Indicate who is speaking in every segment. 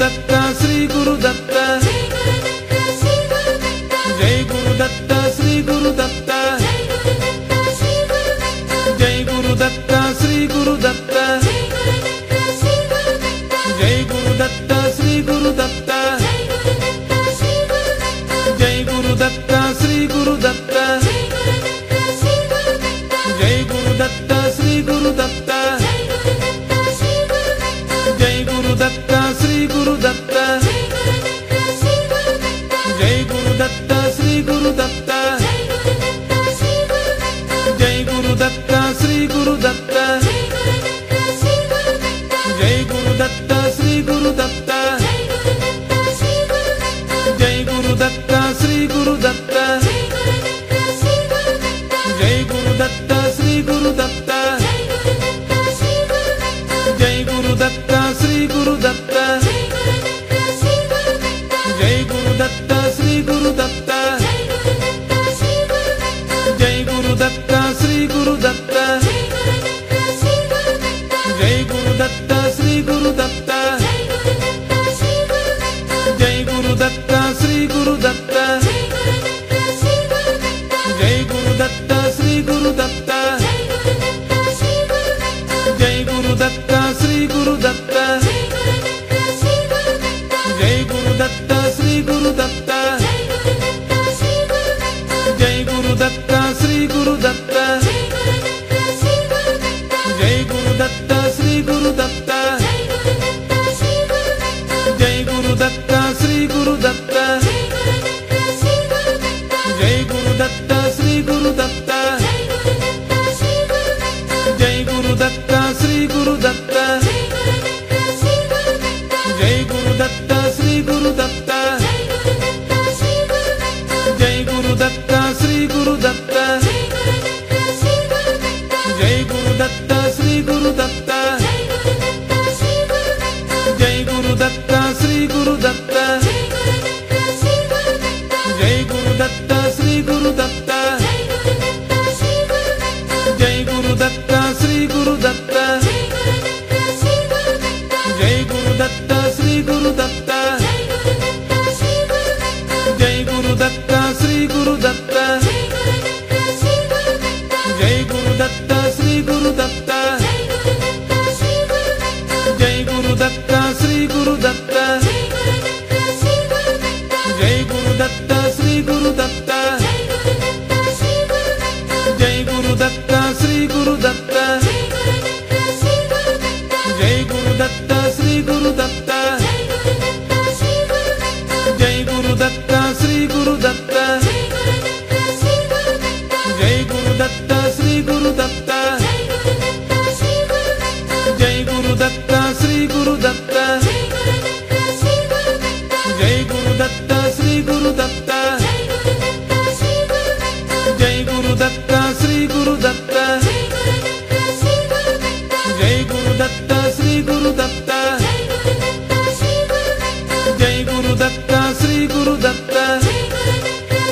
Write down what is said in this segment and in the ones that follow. Speaker 1: దత్త శ్రీ గురు దత్త
Speaker 2: జై గురుదత్త శ్రీ గురుదత్త
Speaker 1: జై గురు దత్త శ్రీ గురు దత్త
Speaker 2: జై గురుదత్త శ్రీ గురుదత్త
Speaker 1: జై గురు దత్త శ్రీ గురు దత్త
Speaker 2: జై గురుదత్త శ్రీ గురుదత్త
Speaker 1: జై గురు దత్త శ్రీ గురు దత్త
Speaker 2: జై గురుదత్త శ్రీ గురుదత్త
Speaker 1: జై గురు దత్త శ్రీ గురు దత్త
Speaker 2: జై గురుదత్త శ్రీ గురుదత్త
Speaker 1: జై గురు దత్త శ్రీ గురు దత్త
Speaker 2: జై గురుదత్త శ్రీ గురుదత్త
Speaker 1: జై గురు దత్త శ్రీ గురు దత్త
Speaker 2: జై గురుదత్త శ్రీ గురుదత్త
Speaker 1: జై గురు దత్త శ్రీ గురు దత్త
Speaker 2: జై గురుదత్త శ్రీ గురుదత్త
Speaker 1: జై గురు దత్త శ్రీ గురు దత్త
Speaker 2: జై గురుదత్త శ్రీ
Speaker 1: జై
Speaker 2: గురుదత్త
Speaker 1: గురు దత్త శ్రీ గురు దత్త
Speaker 2: జై గురుదత్త శ్రీ గురుదత్త
Speaker 1: జై గురు దత్త శ్రీ గురు దత్త
Speaker 2: జై గురుదత్త శ్రీ గురుదత్త
Speaker 1: జై గురు దత్త శ్రీ గురు దత్త
Speaker 2: జై గురుదత్త శ్రీ గురుదత్త
Speaker 1: జై గురు దత్త శ్రీ గురు దత్త జై గురు దత్త శ్రీ గురు దత్త జై గురు దత్త శ్రీ గురు దత్త జై గురు దత్త శ్రీ గురు దత్త జై గురు దత్త శ్రీ గురు దత్త జై గురు దత్త శ్రీ గురు దత్త జై గురు దత్త శ్రీ గురు దత్త జై గురు దత్త శ్రీ గురు దత్త జై గురు దత్త శ్రీ గురు దత్త జై గురు దత్త శ్రీ గురు దత్త జై గురు దత్త శ్రీ గురు దత్త జై గురు దత్త శ్రీ గురు దత్త జై గురు
Speaker 2: జై గురుదత్త శ్రీ గురుదత్త జై గురుదత్త శ్రీ గురుదత్త జై గురుదత్త శ్రీ గురుదత్త జై గురుదత్త శ్రీ గురుదత్త జై గురుదత్త శ్రీ గురుదత్త జై గురుదత్త శ్రీ గురుదత్త జై గురుదత్త శ్రీ గురుదత్త జై గురుదత్త శ్రీ గురుదత్త జై గురుదత్త శ్రీ గురుదత్త జై గురుదత్త శ్రీ గురుదత్త జై గురుదత్త శ్రీ గురుదత్త జై గురుదత్త శ్రీ గురుదత్త
Speaker 1: దత్త శ్రీ గురు దత్త
Speaker 2: జై గురుదత్త శ్రీ గురుదత్త
Speaker 1: జై గురు దత్త శ్రీ గురు దత్త
Speaker 2: జై
Speaker 1: జై
Speaker 2: గురుదత్త శ్రీ గురుదత్త
Speaker 1: గురు దత్త శ్రీ గురు దత్త
Speaker 2: జై గురుదత్త శ్రీ గురుదత్త
Speaker 1: జై గురు దత్త శ్రీ గురు దత్త
Speaker 2: జై గురుదత్త శ్రీ గురుదత్త
Speaker 1: జై గురు దత్త శ్రీ గురు దత్త
Speaker 2: జై గురుదత్త శ్రీ గురుదత్త
Speaker 1: జై గురు దత్త శ్రీ గురు దత్త
Speaker 2: జై గురుదత్త శ్రీ గురుదత్త
Speaker 1: జై గురు దత్త శ్రీ గురు దత్త
Speaker 2: జై గురుదత్త శ్రీ గురుదత్త
Speaker 1: జై గురు దత్త శ్రీ గురు దత్త
Speaker 2: జై గురుదత్త శ్రీ గురుదత్త
Speaker 1: జై గురు దత్త శ్రీ గురు దత్త
Speaker 2: జై గురుదత్త శ్రీ
Speaker 1: జై
Speaker 2: గురుదత్త
Speaker 1: గురు దత్త శ్రీ గురు దత్త
Speaker 2: జై గురుదత్త శ్రీ గురుదత్త
Speaker 1: జై గురు దత్త శ్రీ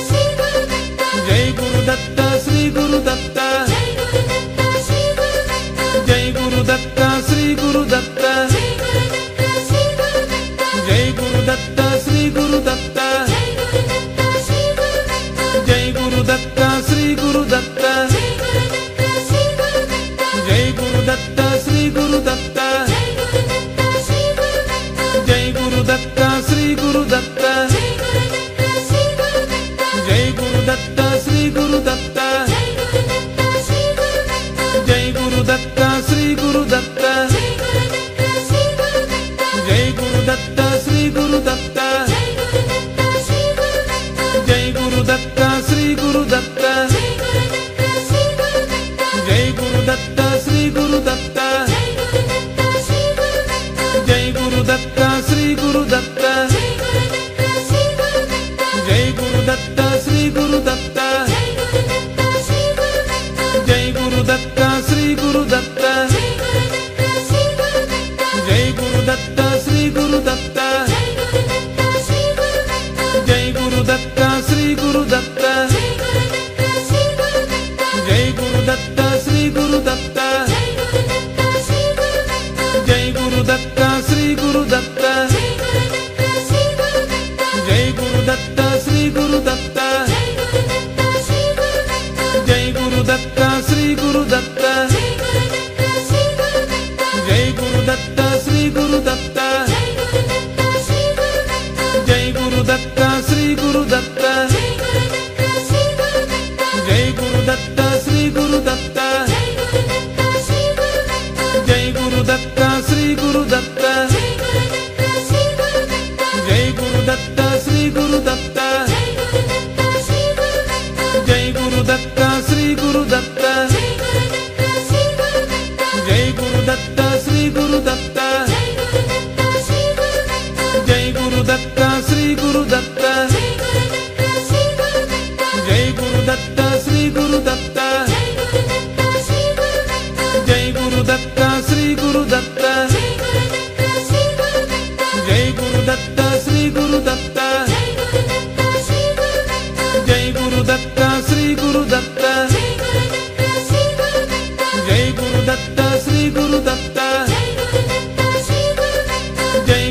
Speaker 1: గురు దత్త
Speaker 2: జై గురుదత్త శ్రీ గురుదత్త
Speaker 1: జై గురు దత్త శ్రీ గురు దత్త
Speaker 2: జై
Speaker 1: జై
Speaker 2: గురుదత్త శ్రీ గురుదత్త
Speaker 1: గురు దత్త శ్రీ గురు దత్త జై గురు దత్త శ్రీ గురు దత్త జై గురు దత్త శ్రీ గురు దత్త జై గురు దత్త శ్రీ గురు దత్త జై గురు దత్త శ్రీ గురు దత్త జై గురు దత్త శ్రీ గురు దత్త జై గురు దత్త
Speaker 2: జై గురుదత్త శ్రీ గురుదత్త జై గురుదత్త శ్రీ గురుదత్త జై గురుదత్త శ్రీ గురుదత్త జై గురుదత్త శ్రీ గురుదత్త జై గురుదత్త శ్రీ గురుదత్త జై గురుదత్త శ్రీ గురుదత్త
Speaker 1: శ్రీ గురు దత్త జై గురు దత్త శ్రీ గురు దత్త జై గురు దత్త శ్రీ గురు దత్త జై గురు దత్త శ్రీ గురు దత్త జై గురు దత్త శ్రీ గురు దత్త జై గురు దత్త శ్రీ గురు దత్త జై గురు దత్త శ్రీ
Speaker 2: జై గురుదత్త శ్రీ గురుదత్త జై గురుదత్త శ్రీ గురుదత్త జై గురుదత్త శ్రీ గురుదత్త జై గురుదత్త శ్రీ గురుదత్త జై గురుదత్త శ్రీ గురుదత్త జై గురుదత్త శ్రీ గురుదత్త
Speaker 1: గురు దత్త
Speaker 2: జై గురుదత్త శ్రీ గురుదత్త
Speaker 1: జై గురు దత్త శ్రీ గురు దత్త
Speaker 2: జై గురుదత్త శ్రీ గురుదత్త
Speaker 1: జై గురు దత్త శ్రీ గురు దత్త
Speaker 2: జై గురుదత్త శ్రీ గురుదత్త
Speaker 1: జై గురు దత్త శ్రీ గురు దత్త
Speaker 2: జై గురుదత్త శ్రీ గురుదత్త
Speaker 1: జై గురు దత్త శ్రీ గురు దత్త
Speaker 2: జై గురుదత్త శ్రీ గురుదత్త
Speaker 1: జై గురు దత్త శ్రీ గురు దత్త
Speaker 2: జై గురుదత్త శ్రీ గురుదత్త
Speaker 1: జై గురు దత్త శ్రీ గురు దత్త
Speaker 2: జై గురుదత్త శ్రీ గురుదత్త
Speaker 1: జై గురు దత్త శ్రీ గురు దత్త
Speaker 2: జై గురుదత్త శ్రీ గురుదత్త
Speaker 1: జై గురు దత్త శ్రీ గురు దత్త
Speaker 2: జై గురుదత్త శ్రీ
Speaker 1: జై గురు దత్త శ్రీ గురు దత్త జై గురు దత్త శ్రీ
Speaker 2: గురుదత్త జై గురుదత్త శ్రీ గురుదత్త
Speaker 1: గురు దత్త
Speaker 2: జై గురుదత్త శ్రీ
Speaker 1: జై గురు దత్త శ్రీ
Speaker 2: గురుదత్త
Speaker 1: గురు దత్త జై గురు దత్త శ్రీ గురు దత్త జై గురు దత్త శ్రీ గురు దత్త జై గురు దత్త శ్రీ గురు
Speaker 2: జై గురుదత్త శ్రీ గురుదత్త జై గురుదత్త శ్రీ గురుదత్త జై గురుదత్త శ్రీ గురుదత్త
Speaker 1: దత్త
Speaker 2: జై గురుదత్త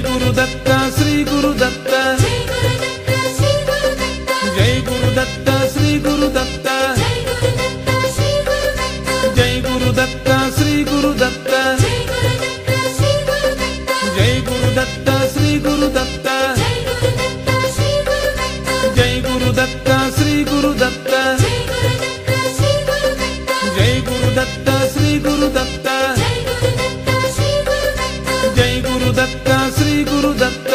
Speaker 1: గురుదత్త శ్రీ గురుదత్త
Speaker 2: జై గురుదత్త శ్రీ గురుదత్త
Speaker 1: జై గురుదత్త శ్రీ గురుదత్త
Speaker 2: జై గురుదత్త శ్రీ గురుదత్త
Speaker 1: జై గురుదత్త శ్రీ గురుదత్త
Speaker 2: జై గురుదత్త శ్రీ గురుదత్త
Speaker 1: జై గురుదత్త శ్రీ గురుదత్త
Speaker 2: జై గురుదత్త శ్రీ గురుదత్త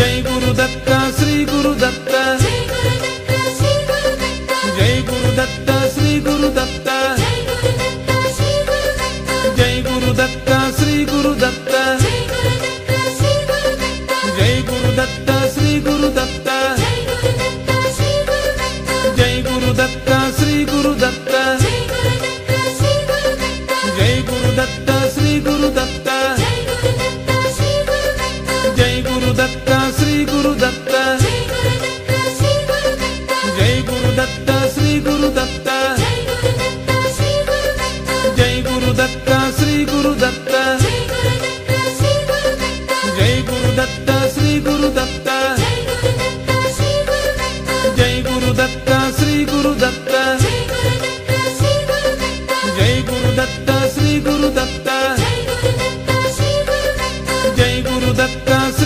Speaker 1: జై గురుదత్త శ్రీ గురుదత్త
Speaker 2: జై గురుదత్త శ్రీ
Speaker 1: జై గురుదత్త శ్రీ
Speaker 2: గురుదత్త
Speaker 1: గురుదత్త
Speaker 2: జై గురుదత్త శ్రీ గురుదత్త
Speaker 1: జై గురుదత్త శ్రీ గురుదత్త
Speaker 2: జై గురుదత్త శ్రీ గురుదత్త
Speaker 1: జై గురుదత్త శ్రీ గురుదత్త
Speaker 2: జై గురుదత్త శ్రీ గురుదత్త
Speaker 1: జై గురుదత్త శ్రీ గురుదత్త
Speaker 2: జై గురుదత్త శ్రీ గురుదత్త
Speaker 1: జై గురుదత్త శ్రీ గురుదత్త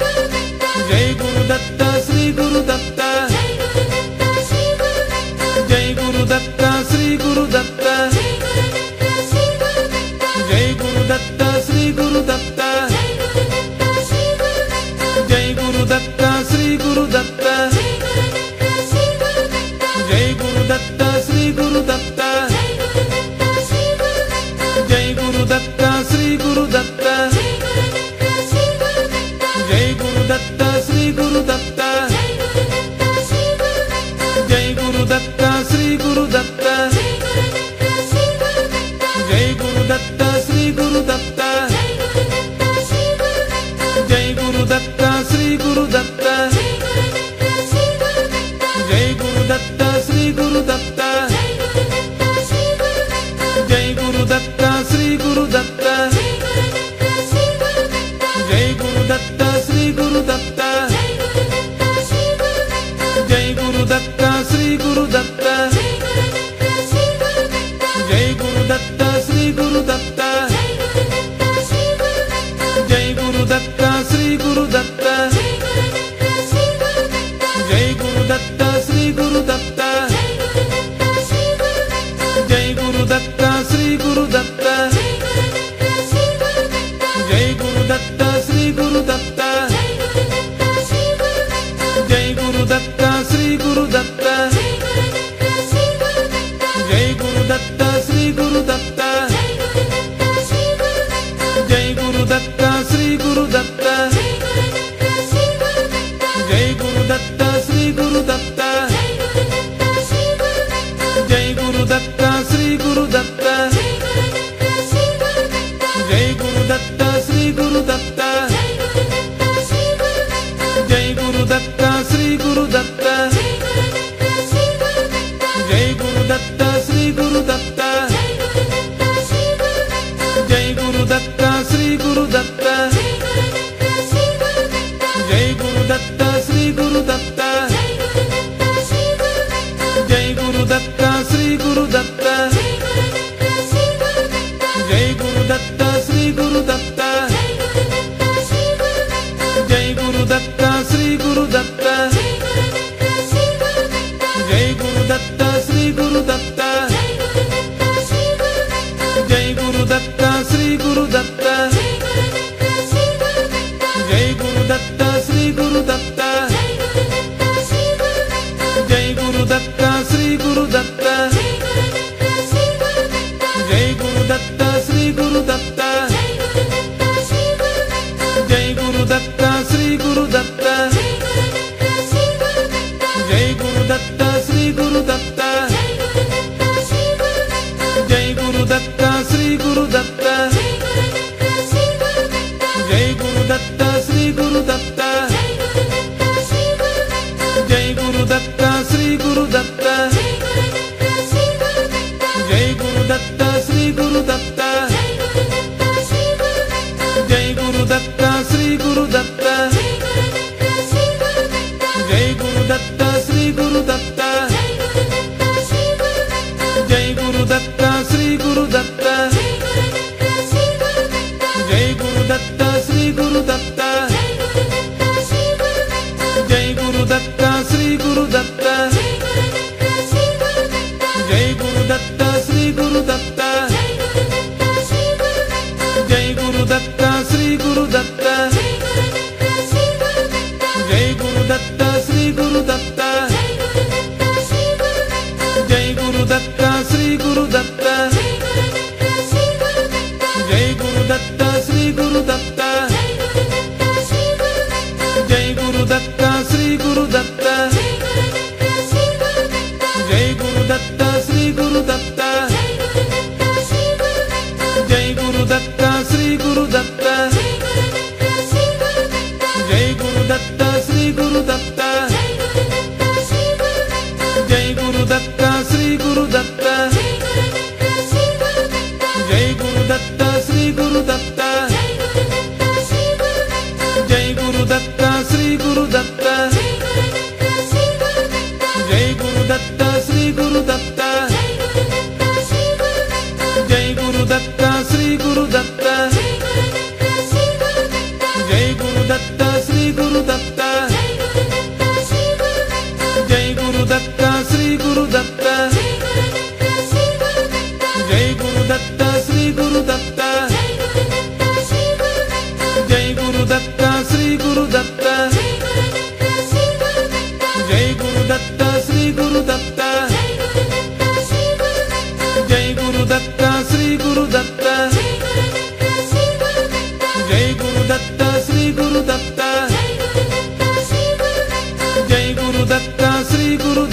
Speaker 2: జై గురుదత్త శ్రీ గురుదత్త
Speaker 1: జై గురుదత్త శ్రీ గురుదత్త
Speaker 2: జై గురుదత్త శ్రీ గురుదత్త
Speaker 1: జై గురుదత్త శ్రీ గురుదత్త
Speaker 2: జై గురుదత్త శ్రీ గురుదత్త
Speaker 1: జై గురుదత్త శ్రీ గురుదత్త జై గురుదత్త శ్రీ గురుదత్త జై గురుదత్త శ్రీ గురుదత్త జై గురుదత్త శ్రీ గురుదత్త జై
Speaker 2: జై గురుదత్త శ్రీ గురుదత్త జై గురుదత్త శ్రీ గురుదత్త జై గురుదత్త శ్రీ గురుదత్త జై గురుదత్త శ్రీ గురుదత్త
Speaker 1: గురుదత్త శ్రీ గురుదత్త
Speaker 2: జై గురుదత్త
Speaker 1: జై గురుదత్త శ్రీ గురుదత్త జై గురుదత్త శ్రీ గురుదత్త
Speaker 2: శ్రీ గురుదత్త జై గురుదత్త శ్రీ గురుదత్త జై గురుదత్త శ్రీ గురుదత్త
Speaker 1: జై గురుదత్త శ్రీ గురుదత్త జై గురుదత్త శ్రీ గురుదత్త జై గురుదత్త శ్రీ గురుదత్త
Speaker 2: జై గురుదత్త శ్రీ గురుదత్త జై గురుదత్త శ్రీ గురుదత్త జై గురుదత్త శ్రీ గురుదత్త
Speaker 1: జై గురుదత్త శ్రీ గురుదత్త
Speaker 2: జై గురుదత్త శ్రీ గురుదత్త
Speaker 1: జై గురుదత్త శ్రీ గురుదత్త
Speaker 2: జై గురుదత్త శ్రీ గురుదత్త
Speaker 1: జై గురుదత్త శ్రీ గురుదత్త
Speaker 2: జై గురుదత్త శ్రీ
Speaker 1: జై గురుదత్త
Speaker 2: గురుదత్త
Speaker 1: శ్రీ గురుదత్త
Speaker 2: జై గురుదత్త శ్రీ గురుదత్త
Speaker 1: జై గురుదత్త శ్రీ గురుదత్త
Speaker 2: జై గురుదత్త శ్రీ గురుదత్త
Speaker 1: జై గురుదత్త శ్రీ గురుదత్త
Speaker 2: జై గురుదత్త శ్రీ గురుదత్త
Speaker 1: జై గురుదత్త శ్రీ గురుదత్త
Speaker 2: జై గురుదత్త శ్రీ గురుదత్త
Speaker 1: జై గురుదత్త శ్రీ గురుదత్త జై
Speaker 2: జై గురుదత్త శ్రీ గురుదత్త
Speaker 1: గురుదత్త శ్రీ గురుదత్త
Speaker 2: జై గురుదత్త శ్రీ గురుదత్త
Speaker 1: జై గురుదత్త శ్రీ గురుదత్త
Speaker 2: జై గురుదత్త శ్రీ
Speaker 1: జై
Speaker 2: గురుదత్త
Speaker 1: గురుదత్త శ్రీ గురుదత్త
Speaker 2: జై గురుదత్త శ్రీ
Speaker 1: జై గురుదత్త శ్రీ
Speaker 2: గురుదత్త
Speaker 1: గురుదత్త
Speaker 2: జై గురుదత్త శ్రీ గురుదత్త
Speaker 1: జై గురుదత్త శ్రీ గురుదత్త జై గురుదత్త శ్రీ గురుదత్త జై గురుదత్త శ్రీ గురుదత్త జై గురుదత్త
Speaker 2: జై గురుదత్త శ్రీ గురుదత్త జై గురుదత్త శ్రీ గురుదత్త జై గురుదత్త శ్రీ గురుదత్త
Speaker 1: శ్రీ గురుదత్త జై గురుదత్త శ్రీ గురుదత్త జై గురుదత్త శ్రీ గురుదత్త జై గురుదత్త శ్రీ గురుదత్త జై గురుదత్త శ్రీ గురుదత్త జై గురుదత్త శ్రీ గురుదత్త జై గురుదత్త శ్రీ గురుదత్త
Speaker 2: జై గురుదత్త శ్రీ గురుదత్త జై గురుదత్త శ్రీ గురుదత్త జై గురుదత్త శ్రీ గురుదత్త జై గురుదత్త శ్రీ గురుదత్త జై గురుదత్త శ్రీ గురుదత్త జై గురుదత్త శ్రీ గురుదత్త జై గురుదత్త శ్రీ
Speaker 1: జై గురుదత్త శ్రీ గురుదత్త
Speaker 2: గురుదత్త జై గురుదత్త శ్రీ
Speaker 1: జై గురుదత్త శ్రీ గురుదత్త జై గురుదత్త
Speaker 2: గురుదత్త జై గురుదత్త శ్రీ గురుదత్త
Speaker 1: శ్రీ గురుదత్త
Speaker 2: జై గురుదత్త శ్రీ గురుదత్త
Speaker 1: జై గురుదత్త శ్రీ గురుదత్త
Speaker 2: జై గురుదత్త శ్రీ గురుదత్త
Speaker 1: జై గురుదత్త శ్రీ గురుదత్త
Speaker 2: జై గురుదత్త శ్రీ గురుదత్త
Speaker 1: జై గురుదత్త శ్రీ గురుదత్త
Speaker 2: జై గురుదత్త శ్రీ గురుదత్త
Speaker 1: జై గురుదత్త శ్రీ గురుదత్త
Speaker 2: జై గురుదత్త శ్రీ గురుదత్త
Speaker 1: జై గురుదత్త శ్రీ గురుదత్త
Speaker 2: జై గురుదత్త శ్రీ గురుదత్త
Speaker 1: జై గురుదత్త శ్రీ గురుదత్త
Speaker 2: జై గురుదత్త శ్రీ గురుదత్త
Speaker 1: జై గురుదత్త శ్రీ గురుదత్త
Speaker 2: జై గురుదత్త శ్రీ
Speaker 1: జై గురుదత్త శ్రీ గురుదత్త జై గురుదత్త శ్రీ గురుదత్త జై
Speaker 2: గురుదత్త జై గురుదత్త శ్రీ గురుదత్త జై గురుదత్త శ్రీ గురుదత్త
Speaker 1: గురుదత్త శ్రీ గురుదత్త దత్త శ్రీ గురు దత్త
Speaker 2: జై గురుదత్త శ్రీ గురుదత్త
Speaker 1: జై గురు దత్త శ్రీ గురు దత్త
Speaker 2: జై గురుదత్త శ్రీ
Speaker 1: జై గురు దత్త శ్రీ
Speaker 2: గురుదత్త
Speaker 1: గురు దత్త
Speaker 2: జై గురుదత్త శ్రీ గురుదత్త
Speaker 1: జై గురు దత్త శ్రీ గురు దత్త
Speaker 2: జై గురుదత్త శ్రీ గురుదత్త
Speaker 1: జై గురు దత్త శ్రీ గురు దత్త
Speaker 2: జై గురుదత్త శ్రీ గురుదత్త
Speaker 1: జై గురు దత్త శ్రీ గురు దత్త
Speaker 2: జై గురుదత్త శ్రీ గురుదత్త
Speaker 1: జై గురు దత్త శ్రీ గురు దత్త
Speaker 2: జై
Speaker 1: జై
Speaker 2: గురుదత్త శ్రీ గురుదత్త
Speaker 1: గురు దత్త శ్రీ గురు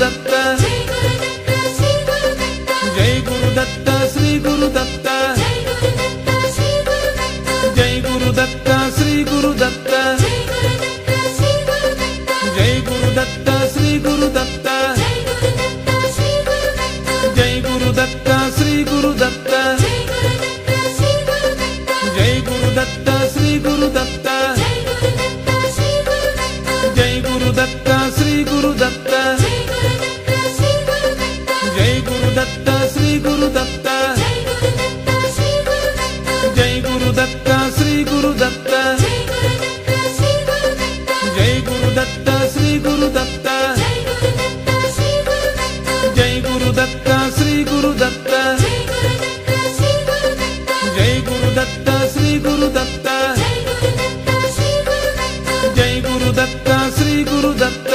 Speaker 1: దత్త
Speaker 2: జై గురుదత్త శ్రీ
Speaker 1: జై గురు దత్త శ్రీ
Speaker 2: గురుదత్త
Speaker 1: గురు దత్త
Speaker 2: జై గురుదత్త శ్రీ గురుదత్త
Speaker 1: జై గురు దత్త శ్రీ గురు దత్త
Speaker 2: జై
Speaker 1: జై
Speaker 2: గురుదత్త శ్రీ గురుదత్త
Speaker 1: గురు దత్త శ్రీ గురు దత్త
Speaker 2: జై గురుదత్త శ్రీ గురుదత్త
Speaker 1: జై గురు దత్త శ్రీ గురు దత్త
Speaker 2: జై గురుదత్త
Speaker 1: జై
Speaker 2: శ్రీ గురుదత్త
Speaker 1: గురు దత్త శ్రీ గురు దత్త జై గురు దత్త
Speaker 2: జై గురుదత్త శ్రీ గురుదత్త
Speaker 1: శ్రీ గురు దత్త జై గురు దత్త శ్రీ గురు దత్త జై గురు దత్త శ్రీ గురు దత్త జై గురు దత్త శ్రీ గురు దత్త జై గురు దత్త శ్రీ గురు దత్త జై గురు దత్త శ్రీ గురు దత్త జై గురు దత్త శ్రీ గురు దత్త జై గురు దత్త శ్రీ గురు దత్త జై గురు దత్త శ్రీ గురు దత్త జై గురు దత్త శ్రీ
Speaker 2: జై గురుదత్త శ్రీ గురుదత్త జై గురుదత్త శ్రీ గురుదత్త జై గురుదత్త శ్రీ గురుదత్త జై గురుదత్త శ్రీ గురుదత్త జై గురుదత్త శ్రీ గురుదత్త జై గురుదత్త శ్రీ గురుదత్త జై గురుదత్త శ్రీ గురుదత్త జై గురుదత్త శ్రీ గురుదత్త జై గురుదత్త శ్రీ గురుదత్త
Speaker 1: గురు దత్త
Speaker 2: జై గురుదత్త శ్రీ గురుదత్త
Speaker 1: జై గురు దత్త శ్రీ గురు దత్త
Speaker 2: జై గురుదత్త శ్రీ గురుదత్త
Speaker 1: జై గురు దత్త శ్రీ గురు దత్త
Speaker 2: జై గురుదత్త శ్రీ గురుదత్త
Speaker 1: జై గురు దత్త శ్రీ గురు దత్త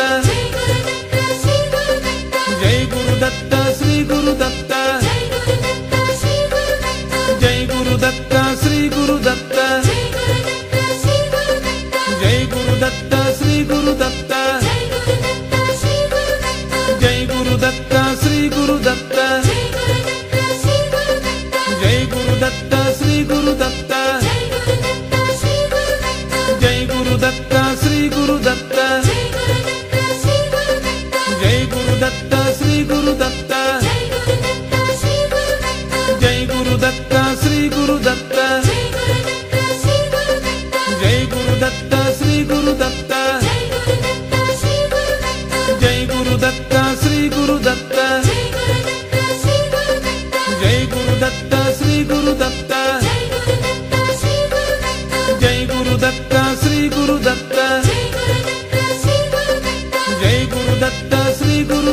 Speaker 2: జై గురుదత్త శ్రీ గురుదత్త
Speaker 1: జై గురు దత్త శ్రీ గురు దత్త
Speaker 2: జై గురుదత్త శ్రీ గురుదత్త
Speaker 1: జై గురు దత్త శ్రీ గురు దత్త
Speaker 2: జై గురుదత్త శ్రీ గురుదత్త
Speaker 1: జై గురు దత్త శ్రీ గురు దత్త
Speaker 2: జై గురుదత్త శ్రీ గురుదత్త
Speaker 1: జై గురు దత్త శ్రీ గురు దత్త
Speaker 2: జై గురుదత్త శ్రీ గురుదత్త
Speaker 1: జై గురు దత్త శ్రీ గురు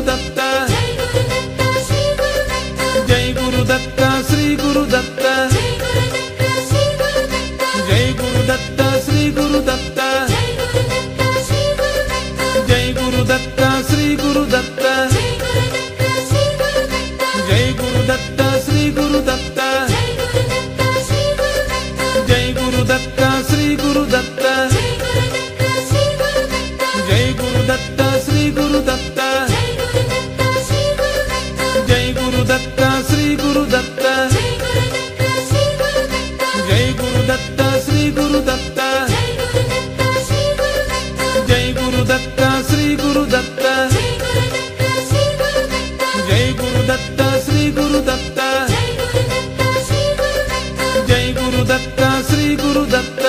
Speaker 1: దత్త
Speaker 2: జై గురుదత్త శ్రీ
Speaker 1: జై
Speaker 2: గురుదత్త
Speaker 1: గురు దత్త శ్రీ గురు దత్త
Speaker 2: జై గురుదత్త శ్రీ గురుదత్త
Speaker 1: జై గురు దత్త శ్రీ గురు దత్త
Speaker 2: జై గురుదత్త శ్రీ గురుదత్త
Speaker 1: జై గురు దత్త శ్రీ గురు దత్త
Speaker 2: జై గురుదత్త
Speaker 1: జై గురు దత్త శ్రీ గురు దత్త జై గురు దత్త శ్రీ గురు దత్త జై గురు దత్త శ్రీ గురు దత్త జై గురు దత్త శ్రీ గురు దత్త జై గురు దత్త శ్రీ గురు దత్త జై గురు దత్త శ్రీ గురు దత్త జై గురు దత్త శ్రీ గురు దత్త జై గురు దత్త శ్రీ గురు దత్త జై గురు దత్త శ్రీ గురు దత్త జై గురు దత్త శ్రీ గురు దత్త జై గురు దత్త శ్రీ గురు దత్త జై
Speaker 2: శ్రీ గురుదత్త జై గురుదత్త శ్రీ గురుదత్త జై గురుదత్త శ్రీ గురుదత్త జై గురుదత్త శ్రీ గురుదత్త జై గురుదత్త శ్రీ గురుదత్త జై గురుదత్త శ్రీ గురుదత్త జై గురుదత్త శ్రీ గురుదత్త జై గురుదత్త శ్రీ గురుదత్త జై గురుదత్త శ్రీ గురుదత్త జై గురుదత్త శ్రీ గురుదత్త జై గురుదత్త శ్రీ గురుదత్త జై గురుదత్త శ్రీ గురుదత్త
Speaker 1: గురు దత్త శ్రీ గురు దత్త జై గురు దత్త శ్రీ
Speaker 2: జై గురుదత్త శ్రీ గురుదత్త
Speaker 1: గురు దత్త
Speaker 2: జై గురుదత్త శ్రీ గురుదత్త
Speaker 1: జై గురు దత్త శ్రీ గురు దత్త
Speaker 2: జై గురుదత్త శ్రీ గురుదత్త
Speaker 1: జై గురు దత్త శ్రీ గురు దత్త
Speaker 2: జై గురుదత్త శ్రీ గురుదత్త
Speaker 1: జై గురు దత్త శ్రీ గురు దత్త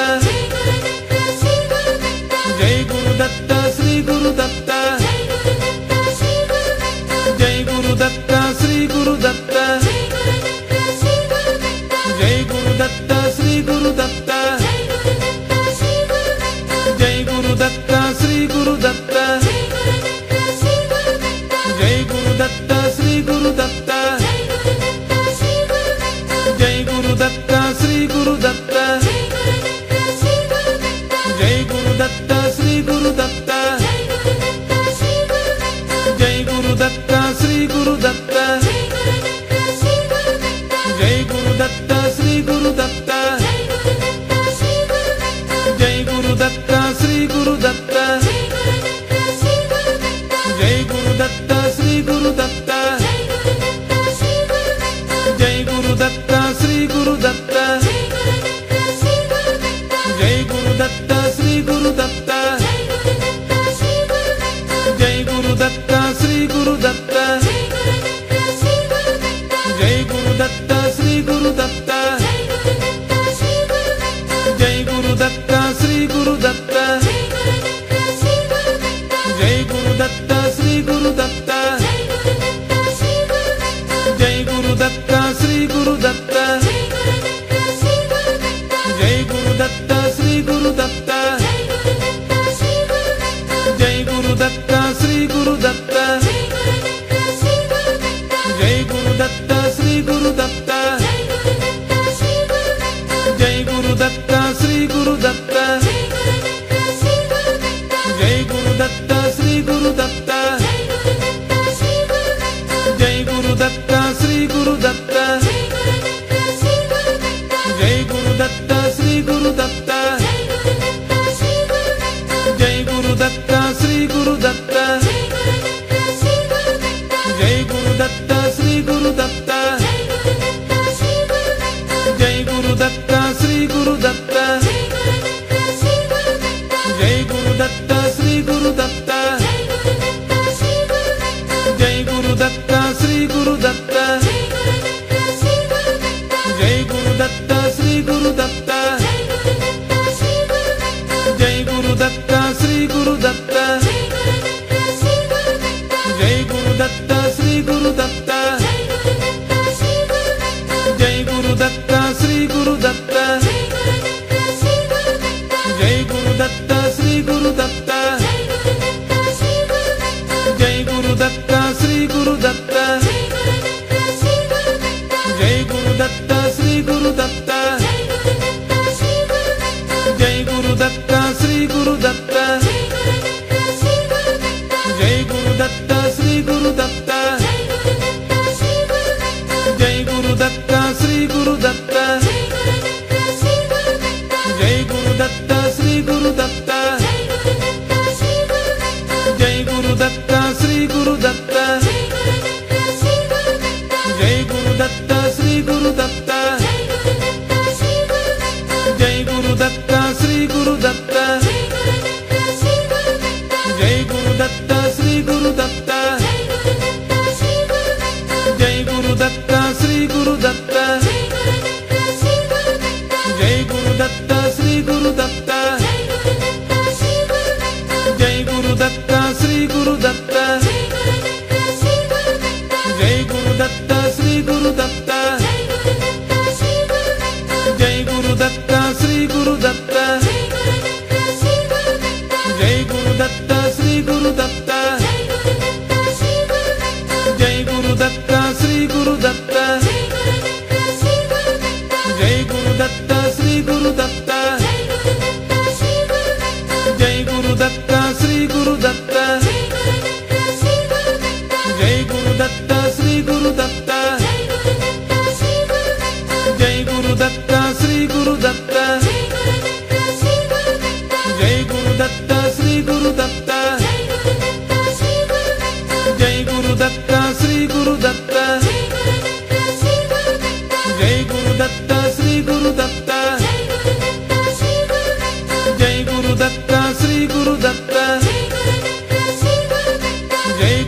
Speaker 2: జై గురుదత్త శ్రీ గురుదత్త
Speaker 1: జై గురు దత్త శ్రీ గురు దత్త
Speaker 2: జై గురుదత్త శ్రీ గురుదత్త
Speaker 1: జై గురు దత్త శ్రీ గురు దత్త
Speaker 2: జై గురుదత్త శ్రీ గురుదత్త
Speaker 1: జై గురు దత్త శ్రీ గురు దత్త
Speaker 2: జై గురుదత్త శ్రీ గురుదత్త
Speaker 1: జై గురు దత్త శ్రీ గురు దత్త
Speaker 2: జై గురుదత్త శ్రీ గురుదత్త
Speaker 1: జై గురు దత్త శ్రీ గురు దత్త
Speaker 2: జై గురుదత్త శ్రీ
Speaker 1: జై
Speaker 2: గురుదత్త
Speaker 1: గురు దత్త శ్రీ గురు దత్త జై గురు దత్త శ్రీ గురు దత్త జై గురు దత్త శ్రీ గురు దత్త జై గురు దత్త శ్రీ గురు దత్త జై గురు దత్త శ్రీ గురు దత్త జై గురు దత్త శ్రీ గురు దత్త జై గురు దత్త శ్రీ గురు దత్త
Speaker 2: జై గురుదత్త శ్రీ గురుదత్త జై గురుదత్త శ్రీ గురుదత్త జై గురుదత్త శ్రీ గురుదత్త జై గురుదత్త శ్రీ గురుదత్త జై గురుదత్త శ్రీ గురుదత్త జై గురుదత్త శ్రీ గురుదత్త జై గురుదత్త శ్రీ గురుదత్త
Speaker 1: జై గురు దత్త శ్రీ గురు దత్త దత్త శ్రీ గురు దత్త
Speaker 2: జై గురుదత్త శ్రీ గురుదత్త
Speaker 1: జై గురు దత్త శ్రీ గురు దత్త
Speaker 2: జై గురుదత్త శ్రీ
Speaker 1: జై గురు దత్త శ్రీ
Speaker 2: గురుదత్త
Speaker 1: గురు దత్త
Speaker 2: జై గురుదత్త శ్రీ గురుదత్త
Speaker 1: జై గురు దత్త శ్రీ గురు దత్త
Speaker 2: జై గురుదత్త శ్రీ గురుదత్త
Speaker 1: జై గురు దత్త శ్రీ గురు దత్త
Speaker 2: జై గురుదత్త శ్రీ గురుదత్త
Speaker 1: జై గురు దత్త శ్రీ గురు దత్త
Speaker 2: జై గురుదత్త శ్రీ గురుదత్త
Speaker 1: జై గురు దత్త శ్రీ గురు దత్త
Speaker 2: జై గురుదత్త శ్రీ గురుదత్త
Speaker 1: జై గురు దత్త శ్రీ గురు దత్త
Speaker 2: జై గురుదత్త శ్రీ గురుదత్త
Speaker 1: జై గురు దత్త శ్రీ గురు దత్త
Speaker 2: జై గురుదత్త శ్రీ గురుదత్త
Speaker 1: జై గురు దత్త శ్రీ గురు దత్త
Speaker 2: జై గురుదత్త శ్రీ గురుదత్త
Speaker 1: జై గురు దత్త శ్రీ గురు దత్త
Speaker 2: జై గురుదత్త శ్రీ గురుదత్త
Speaker 1: జై గురు దత్త శ్రీ గురు దత్త జై గురు దత్త శ్రీ గురు దత్త జై గురు దత్త
Speaker 2: జై గురుదత్త శ్రీ గురుదత్త జై గురుదత్త శ్రీ గురుదత్త
Speaker 1: శ్రీ గురు దత్త
Speaker 2: జై
Speaker 1: జై గురు దత్త శ్రీ గురు దత్త జై గురు దత్త శ్రీ గురు దత్త జై గురు దత్త శ్రీ గురు దత్త జై గురు దత్త శ్రీ గురు దత్త జై గురు దత్త శ్రీ గురు దత్త జై గురు దత్త శ్రీ గురు దత్త జై గురు దత్త శ్రీ గురు దత్త జై గురు దత్త శ్రీ గురు దత్త జై గురు దత్త శ్రీ గురు దత్త జై గురు దత్త శ్రీ గురు దత్త జై
Speaker 2: గురుదత్త శ్రీ గురుదత్త జై గురుదత్త శ్రీ గురుదత్త జై గురుదత్త శ్రీ గురుదత్త జై గురుదత్త శ్రీ గురుదత్త జై గురుదత్త శ్రీ గురుదత్త జై గురుదత్త శ్రీ గురుదత్త జై గురుదత్త శ్రీ గురుదత్త జై గురుదత్త శ్రీ గురుదత్త జై గురుదత్త శ్రీ గురుదత్త జై గురుదత్త శ్రీ గురుదత్త జై గురుదత్త శ్రీ గురుదత్త
Speaker 1: గురు దత్త శ్రీ గురు దత్త
Speaker 2: జై గురుదత్త శ్రీ గురుదత్త
Speaker 1: జై గురు దత్త శ్రీ గురు దత్త
Speaker 2: జై గురుదత్త శ్రీ గురుదత్త
Speaker 1: జై గురు దత్త శ్రీ గురు దత్త
Speaker 2: జై గురుదత్త శ్రీ గురుదత్త
Speaker 1: జై గురు దత్త శ్రీ గురు దత్త
Speaker 2: జై గురుదత్త శ్రీ గురుదత్త
Speaker 1: జై గురు దత్త శ్రీ గురు దత్త
Speaker 2: జై గురుదత్త శ్రీ గురుదత్త
Speaker 1: జై గురు దత్త శ్రీ గురు దత్త
Speaker 2: జై గురుదత్త శ్రీ గురుదత్త
Speaker 1: జై గురు దత్త శ్రీ గురు దత్త
Speaker 2: జై గురుదత్త శ్రీ గురుదత్త
Speaker 1: జై గురు దత్త శ్రీ గురు దత్త
Speaker 2: జై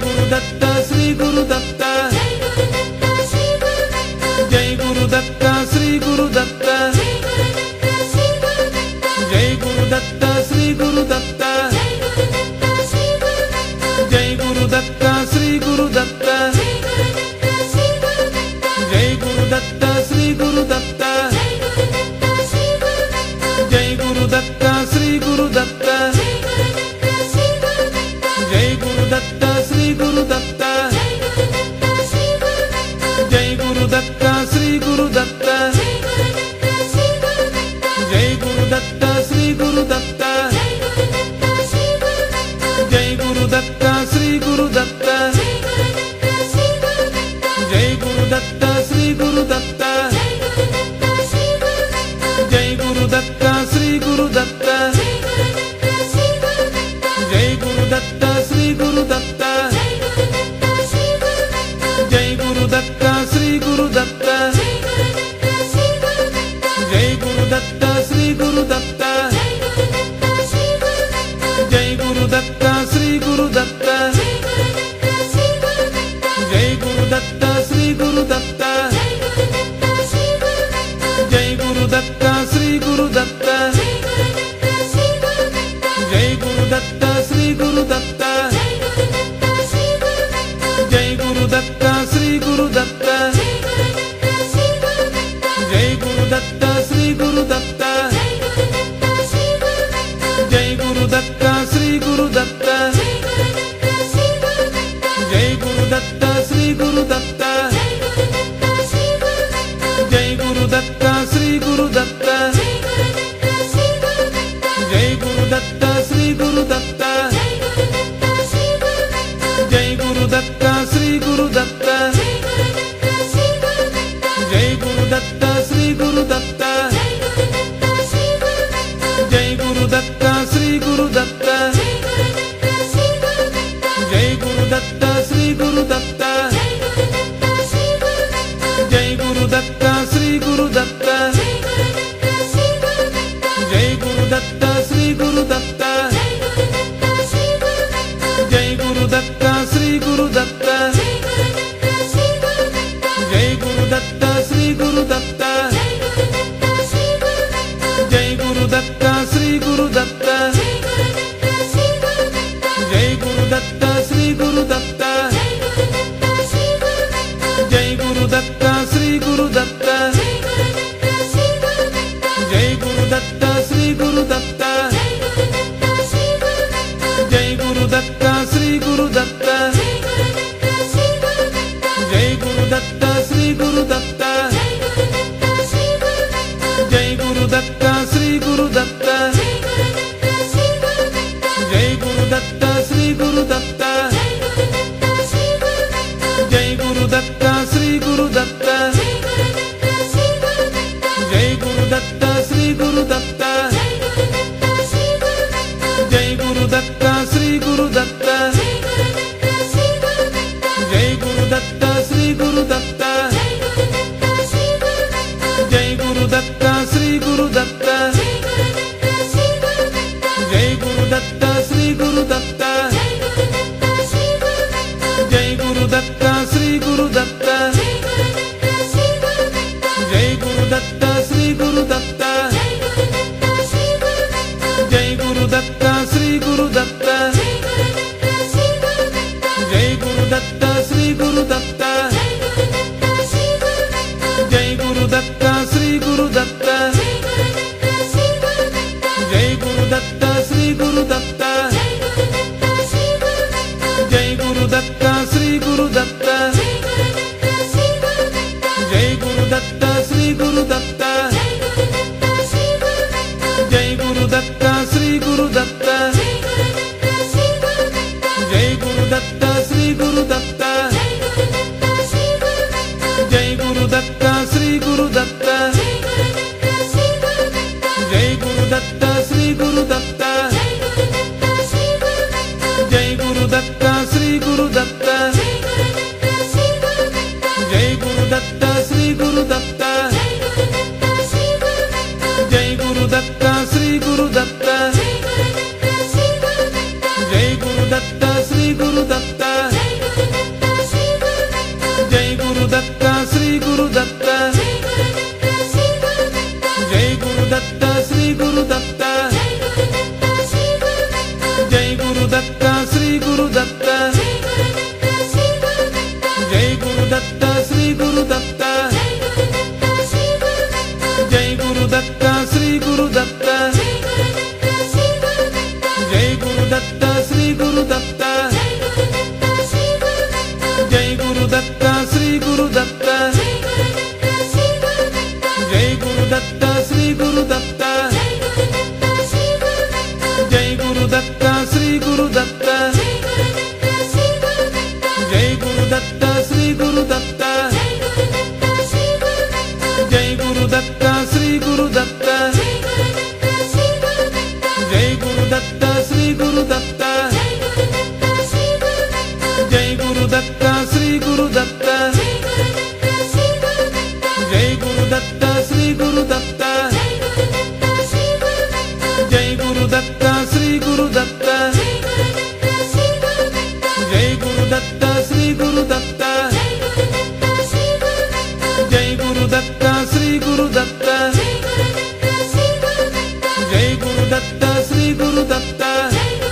Speaker 2: గురుదత్త శ్రీ గురుదత్త
Speaker 1: జై గురు దత్త శ్రీ గురు దత్త
Speaker 2: జై
Speaker 1: జై
Speaker 2: గురుదత్త శ్రీ గురుదత్త
Speaker 1: గురు దత్త శ్రీ గురు దత్త
Speaker 2: జై గురుదత్త శ్రీ గురుదత్త
Speaker 1: జై గురు దత్త శ్రీ గురు దత్త
Speaker 2: జై గురుదత్త శ్రీ గురుదత్త
Speaker 1: జై గురు దత్త శ్రీ గురు దత్త
Speaker 2: జై గురుదత్త శ్రీ గురుదత్త
Speaker 1: జై గురు దత్త శ్రీ గురు దత్త జై గురు దత్త శ్రీ గురు దత్త జై గురు దత్త
Speaker 2: జై గురుదత్త శ్రీ గురుదత్త జై గురుదత్త శ్రీ గురుదత్త
Speaker 1: శ్రీ గురు దత్త
Speaker 2: జై గురుదత్త శ్రీ
Speaker 1: జై గురు దత్త శ్రీ గురు దత్త జై గురు దత్త శ్రీ గురు దత్త జై గురు దత్త శ్రీ గురు దత్త జై గురు దత్త శ్రీ గురు దత్త జై గురు దత్త శ్రీ గురు దత్త జై గురు దత్త శ్రీ గురు దత్త జై
Speaker 2: గురుదత్త జై గురుదత్త శ్రీ గురుదత్త జై గురుదత్త శ్రీ గురుదత్త జై గురుదత్త శ్రీ గురుదత్త జై గురుదత్త శ్రీ గురుదత్త జై గురుదత్త శ్రీ గురుదత్త జై గురుదత్త శ్రీ గురుదత్త
Speaker 1: గురు దత్త శ్రీ గురు దత్త జై గురు దత్త శ్రీ గురు దత్త జై
Speaker 2: జై గురుదత్త శ్రీ గురుదత్త జై గురుదత్త శ్రీ గురుదత్త
Speaker 1: గురు దత్త శ్రీ గురు దత్త జై గురు
Speaker 2: జై గురుదత్త శ్రీ గురుదత్త
Speaker 1: దత్త శ్రీ గురు దత్త జై గురు దత్త శ్రీ
Speaker 2: జై గురుదత్త శ్రీ గురుదత్త
Speaker 1: గురు దత్త
Speaker 2: జై గురుదత్త శ్రీ గురుదత్త
Speaker 1: జై గురు దత్త శ్రీ గురు దత్త
Speaker 2: జై గురుదత్త శ్రీ గురుదత్త
Speaker 1: జై గురు దత్త శ్రీ గురు దత్త
Speaker 2: జై గురుదత్త శ్రీ గురుదత్త
Speaker 1: జై గురు దత్త శ్రీ గురు దత్త
Speaker 2: జై గురుదత్త శ్రీ గురుదత్త
Speaker 1: జై గురు దత్త శ్రీ గురు దత్త
Speaker 2: జై గురుదత్త శ్రీ గురుదత్త
Speaker 1: జై గురు దత్త శ్రీ గురు దత్త
Speaker 2: జై గురుదత్త శ్రీ
Speaker 1: జై గురు దత్త
Speaker 2: గురుదత్త
Speaker 1: శ్రీ గురు దత్త
Speaker 2: జై గురుదత్త శ్రీ గురుదత్త
Speaker 1: జై గురు దత్త శ్రీ గురు దత్త
Speaker 2: జై
Speaker 1: జై
Speaker 2: గురుదత్త శ్రీ గురుదత్త
Speaker 1: గురు దత్త శ్రీ గురు దత్త జై గురు దత్త శ్రీ గురు దత్త
Speaker 2: జై గురుదత్త శ్రీ గురుదత్త జై గురుదత్త శ్రీ
Speaker 1: జై గురు దత్త శ్రీ గురు దత్త జై గురు దత్త శ్రీ గురు దత్త జై గురు దత్త శ్రీ గురు దత్త జై గురు దత్త శ్రీ
Speaker 2: గురుదత్త జై గురుదత్త శ్రీ గురుదత్త జై గురుదత్త శ్రీ గురుదత్త జై గురుదత్త శ్రీ గురుదత్త
Speaker 1: గురు దత్త
Speaker 2: జై గురుదత్త
Speaker 1: గురు దత్త శ్రీ గురు దత్త
Speaker 2: జై గురుదత్త శ్రీ గురుదత్త
Speaker 1: జై గురు దత్త శ్రీ గురు దత్త
Speaker 2: జై గురుదత్త శ్రీ గురుదత్త
Speaker 1: జై గురు దత్త శ్రీ గురు దత్త
Speaker 2: జై గురుదత్త శ్రీ గురుదత్త
Speaker 1: జై గురు దత్త శ్రీ గురు దత్త
Speaker 2: జై గురుదత్త శ్రీ గురుదత్త
Speaker 1: జై గురు దత్త శ్రీ గురు దత్త
Speaker 2: జై గురుదత్త శ్రీ
Speaker 1: జై
Speaker 2: గురుదత్త
Speaker 1: గురు దత్త శ్రీ గురు దత్త
Speaker 2: జై గురుదత్త శ్రీ గురుదత్త
Speaker 1: జై గురు దత్త శ్రీ గురు దత్త
Speaker 2: జై గురుదత్త శ్రీ గురుదత్త
Speaker 1: జై గురు దత్త శ్రీ గురు దత్త
Speaker 2: జై గురుదత్త శ్రీ గురుదత్త
Speaker 1: జై గురు దత్త శ్రీ గురు దత్త
Speaker 2: జై గురుదత్త శ్రీ గురుదత్త
Speaker 1: జై గురు దత్త శ్రీ గురు దత్త
Speaker 2: జై గురుదత్త శ్రీ గురుదత్త
Speaker 1: జై గురు దత్త శ్రీ గురు దత్త
Speaker 2: జై గురుదత్త శ్రీ గురుదత్త
Speaker 1: జై గురు దత్త శ్రీ గురు దత్త జై గురు దత్త శ్రీ గురు దత్త జై గురు దత్త శ్రీ గురు దత్త జై గురు దత్త శ్రీ గురు దత్త జై గురు దత్త శ్రీ గురు దత్త జై గురు దత్త శ్రీ గురు దత్త జై గురు దత్త శ్రీ గురు దత్త జై గురు దత్త శ్రీ గురు దత్త జై గురు దత్త శ్రీ గురు దత్త జై
Speaker 2: జై గురుదత్త శ్రీ గురుదత్త జై గురుదత్త శ్రీ గురుదత్త జై గురుదత్త శ్రీ గురుదత్త జై గురుదత్త శ్రీ గురుదత్త జై గురుదత్త శ్రీ గురుదత్త జై గురుదత్త శ్రీ గురుదత్త జై గురుదత్త శ్రీ గురుదత్త జై గురుదత్త శ్రీ గురుదత్త జై గురుదత్త శ్రీ గురుదత్త
Speaker 1: గురు దత్త శ్రీ గురు దత్త జై గురు దత్త శ్రీ గురు దత్త జై గురు దత్త శ్రీ గురు దత్త జై
Speaker 2: జై గురుదత్త శ్రీ గురుదత్త జై గురుదత్త శ్రీ గురుదత్త జై గురుదత్త శ్రీ గురుదత్త
Speaker 1: గురు దత్త శ్రీ గురు దత్త జై గురు
Speaker 2: జై గురుదత్త శ్రీ గురుదత్త
Speaker 1: దత్త శ్రీ గురు దత్త
Speaker 2: జై గురుదత్త శ్రీ గురుదత్త
Speaker 1: జై గురు దత్త శ్రీ గురు దత్త
Speaker 2: జై
Speaker 1: జై
Speaker 2: గురుదత్త శ్రీ గురుదత్త
Speaker 1: గురు దత్త శ్రీ గురు దత్త
Speaker 2: జై గురుదత్త శ్రీ గురుదత్త
Speaker 1: జై గురు దత్త శ్రీ గురు దత్త
Speaker 2: జై
Speaker 1: జై
Speaker 2: గురుదత్త శ్రీ గురుదత్త
Speaker 1: గురు దత్త శ్రీ గురు దత్త
Speaker 2: జై గురుదత్త శ్రీ గురుదత్త
Speaker 1: జై గురు దత్త శ్రీ గురు దత్త
Speaker 2: జై గురుదత్త శ్రీ గురుదత్త
Speaker 1: జై గురు దత్త శ్రీ గురు దత్త
Speaker 2: జై గురుదత్త శ్రీ గురుదత్త
Speaker 1: జై గురు దత్త శ్రీ గురు దత్త
Speaker 2: జై గురుదత్త శ్రీ గురుదత్త
Speaker 1: జై గురు దత్త శ్రీ గురు దత్త
Speaker 2: జై
Speaker 1: జై
Speaker 2: గురుదత్త శ్రీ గురుదత్త
Speaker 1: గురు దత్త శ్రీ గురు దత్త
Speaker 2: జై గురుదత్త శ్రీ గురుదత్త
Speaker 1: జై గురు దత్త శ్రీ గురు దత్త
Speaker 2: జై గురుదత్త శ్రీ గురుదత్త
Speaker 1: జై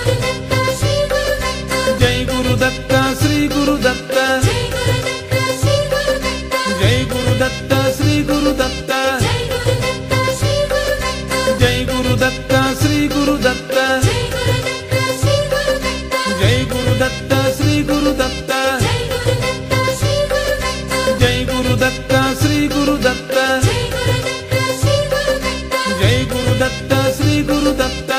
Speaker 1: గురు దత్త శ్రీ గురు దత్త
Speaker 2: జై గురుదత్త శ్రీ గురుదత్త
Speaker 1: జై గురు దత్త శ్రీ గురు దత్త జై గురు దత్త శ్రీ గురు దత్త జై గురు దత్త
Speaker 2: జై గురుదత్త శ్రీ గురుదత్త జై గురుదత్త శ్రీ గురుదత్త
Speaker 1: శ్రీ గురు దత్త
Speaker 2: జై గురుదత్త శ్రీ
Speaker 1: జై గురు దత్త శ్రీ
Speaker 2: గురుదత్త
Speaker 1: గురు దత్త జై గురు దత్త శ్రీ గురు దత్త జై గురు దత్త శ్రీ గురు దత్త జై గురు దత్త శ్రీ గురు దత్త జై గురు దత్త శ్రీ గురు దత్త జై గురు దత్త శ్రీ గురు దత్త
Speaker 2: జై గురుదత్త శ్రీ గురుదత్త జై గురుదత్త శ్రీ గురుదత్త జై గురుదత్త శ్రీ గురుదత్త జై గురుదత్త శ్రీ గురుదత్త జై గురుదత్త శ్రీ గురుదత్త జై గురుదత్త శ్రీ గురుదత్త
Speaker 1: జై గురు దత్త శ్రీ గురు దత్త జై గురు దత్త శ్రీ గురు దత్త జై గురు దత్త శ్రీ గురు దత్త జై
Speaker 2: జై గురుదత్త శ్రీ గురుదత్త జై గురుదత్త శ్రీ గురుదత్త జై గురుదత్త శ్రీ గురుదత్త
Speaker 1: గురు దత్త శ్రీ గురు దత్త జై
Speaker 2: జై గురుదత్త శ్రీ గురుదత్త
Speaker 1: గురు దత్త శ్రీ గురు దత్త
Speaker 2: జై గురుదత్త శ్రీ గురుదత్త
Speaker 1: జై గురు దత్త శ్రీ గురు దత్త
Speaker 2: జై గురుదత్త శ్రీ గురుదత్త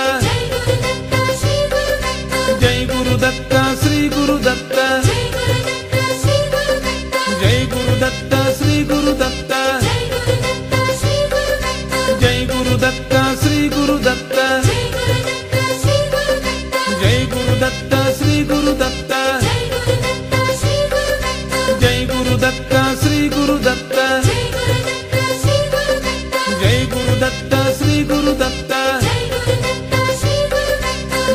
Speaker 1: జై గురు దత్త శ్రీ గురు దత్త
Speaker 2: జై గురుదత్త శ్రీ గురుదత్త
Speaker 1: జై గురు దత్త శ్రీ గురు దత్త
Speaker 2: జై గురుదత్త శ్రీ గురుదత్త
Speaker 1: జై గురు దత్త శ్రీ గురు దత్త
Speaker 2: జై గురుదత్త శ్రీ గురుదత్త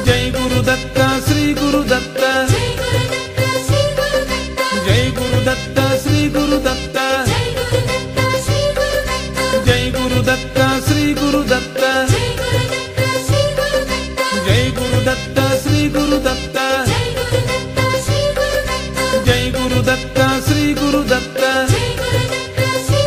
Speaker 1: జై గురు దత్త శ్రీ గురు దత్త
Speaker 2: జై గురుదత్త శ్రీ గురుదత్త
Speaker 1: జై గురు దత్త శ్రీ గురు దత్త
Speaker 2: జై గురుదత్త శ్రీ గురుదత్త
Speaker 1: జై గురు దత్త శ్రీ గురు దత్త జై గురు దత్త శ్రీ గురు దత్త జై గురు దత్త శ్రీ గురు దత్త జై గురు దత్త శ్రీ గురు దత్త జై గురు దత్త శ్రీ గురు దత్త జై గురు దత్త శ్రీ గురు దత్త జై గురు దత్త శ్రీ
Speaker 2: జై గురుదత్త శ్రీ గురుదత్త జై గురుదత్త శ్రీ గురుదత్త జై గురుదత్త శ్రీ గురుదత్త జై గురుదత్త శ్రీ గురుదత్త జై గురుదత్త శ్రీ గురుదత్త జై గురుదత్త శ్రీ గురుదత్త
Speaker 1: గురు దత్త
Speaker 2: జై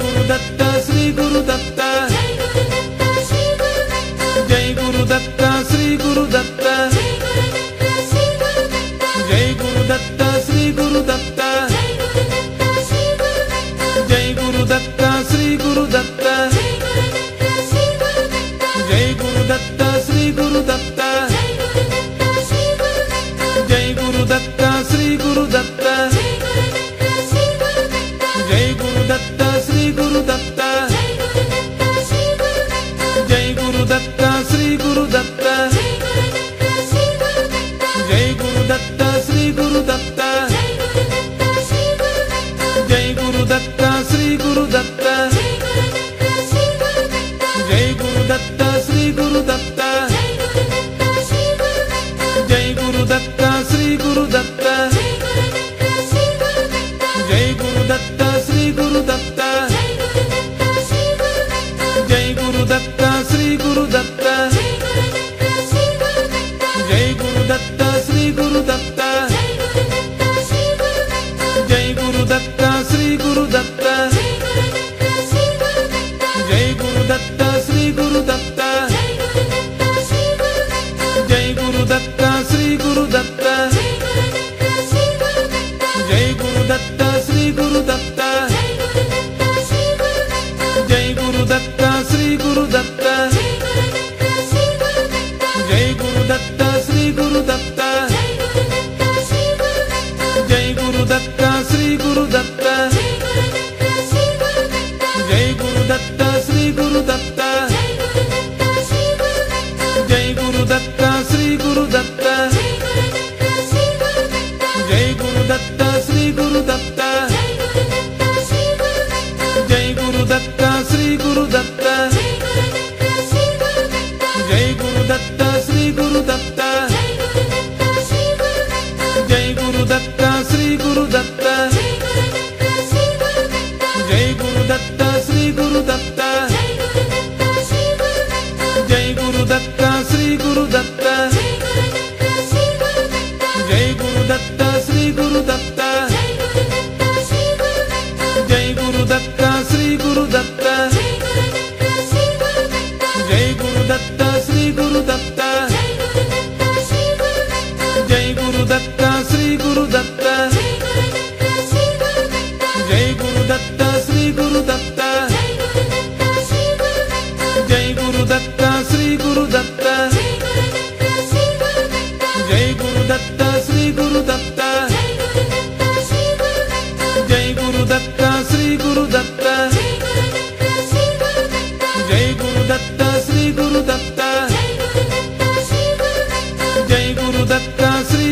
Speaker 1: గురుదత్త శ్రీ గురుదత్త
Speaker 2: జై గురుదత్త శ్రీ గురుదత్త
Speaker 1: జై గురుదత్త శ్రీ గురుదత్త
Speaker 2: జై గురుదత్త శ్రీ
Speaker 1: జై గురుదత్త శ్రీ
Speaker 2: గురుదత్త
Speaker 1: గురుదత్త
Speaker 2: జై గురుదత్త శ్రీ గురుదత్త
Speaker 1: జై గురుదత్త శ్రీ గురుదత్త
Speaker 2: జై గురుదత్త శ్రీ గురుదత్త
Speaker 1: జై గురుదత్త శ్రీ గురుదత్త
Speaker 2: జై గురుదత్త శ్రీ గురుదత్త
Speaker 1: జై గురుదత్త శ్రీ గురుదత్త
Speaker 2: జై గురుదత్త శ్రీ గురుదత్త
Speaker 1: జై గురుదత్త శ్రీ గురుదత్త
Speaker 2: జై గురుదత్త శ్రీ గురుదత్త
Speaker 1: జై గురుదత్త శ్రీ గురుదత్త
Speaker 2: జై గురుదత్త శ్రీ గురుదత్త
Speaker 1: జై గురుదత్త శ్రీ గురుదత్త
Speaker 2: జై గురుదత్త శ్రీ గురుదత్త
Speaker 1: జై గురుదత్త శ్రీ గురుదత్త
Speaker 2: జై గురుదత్త శ్రీ గురుదత్త
Speaker 1: జై గురుదత్త శ్రీ గురుదత్త
Speaker 2: జై గురుదత్త శ్రీ గురుదత్త
Speaker 1: జై గురుదత్త శ్రీ గురుదత్త
Speaker 2: జై గురుదత్త శ్రీ గురుదత్త
Speaker 1: జై గురుదత్త శ్రీ గురుదత్త జై గురుదత్త శ్రీ గురుదత్త జై గురుదత్త శ్రీ గురుదత్త జై గురుదత్త శ్రీ గురుదత్త జై గురుదత్త శ్రీ గురుదత్త జై గురుదత్త శ్రీ గురుదత్త జై గురుదత్త శ్రీ గురుదత్త జై గురుదత్త శ్రీ గురుదత్త జై గురుదత్త శ్రీ గురుదత్త జై గురుదత్త శ్రీ గురుదత్త జై గురుదత్త శ్రీ గురుదత్త జై గురుదత్త శ్రీ గురుదత్త
Speaker 2: జై గురుదత్త శ్రీ గురుదత్త జై గురుదత్త శ్రీ గురుదత్త జై గురుదత్త శ్రీ గురుదత్త జై గురుదత్త శ్రీ గురుదత్త జై గురుదత్త శ్రీ గురుదత్త జై గురుదత్త శ్రీ గురుదత్త జై గురుదత్త శ్రీ గురుదత్త జై గురుదత్త శ్రీ గురుదత్త జై గురుదత్త శ్రీ గురుదత్త జై గురుదత్త శ్రీ గురుదత్త జై గురుదత్త శ్రీ గురుదత్త జై గురుదత్త శ్రీ
Speaker 1: జై
Speaker 2: గురుదత్త
Speaker 1: గురుదత్త శ్రీ గురుదత్త
Speaker 2: జై గురుదత్త శ్రీ గురుదత్త
Speaker 1: జై గురుదత్త శ్రీ గురుదత్త
Speaker 2: జై గురుదత్త శ్రీ గురుదత్త
Speaker 1: జై గురుదత్త శ్రీ గురుదత్త
Speaker 2: జై గురుదత్త శ్రీ గురుదత్త
Speaker 1: జై గురుదత్త శ్రీ గురుదత్త
Speaker 2: జై గురుదత్త శ్రీ గురుదత్త
Speaker 1: జై గురుదత్త శ్రీ గురుదత్త
Speaker 2: జై గురుదత్త శ్రీ గురుదత్త
Speaker 1: జై గురుదత్త శ్రీ గురుదత్త
Speaker 2: జై గురుదత్త శ్రీ గురుదత్త
Speaker 1: జై గురుదత్త శ్రీ గురుదత్త
Speaker 2: జై గురుదత్త శ్రీ గురుదత్త
Speaker 1: జై గురుదత్త శ్రీ గురుదత్త
Speaker 2: జై గురుదత్త శ్రీ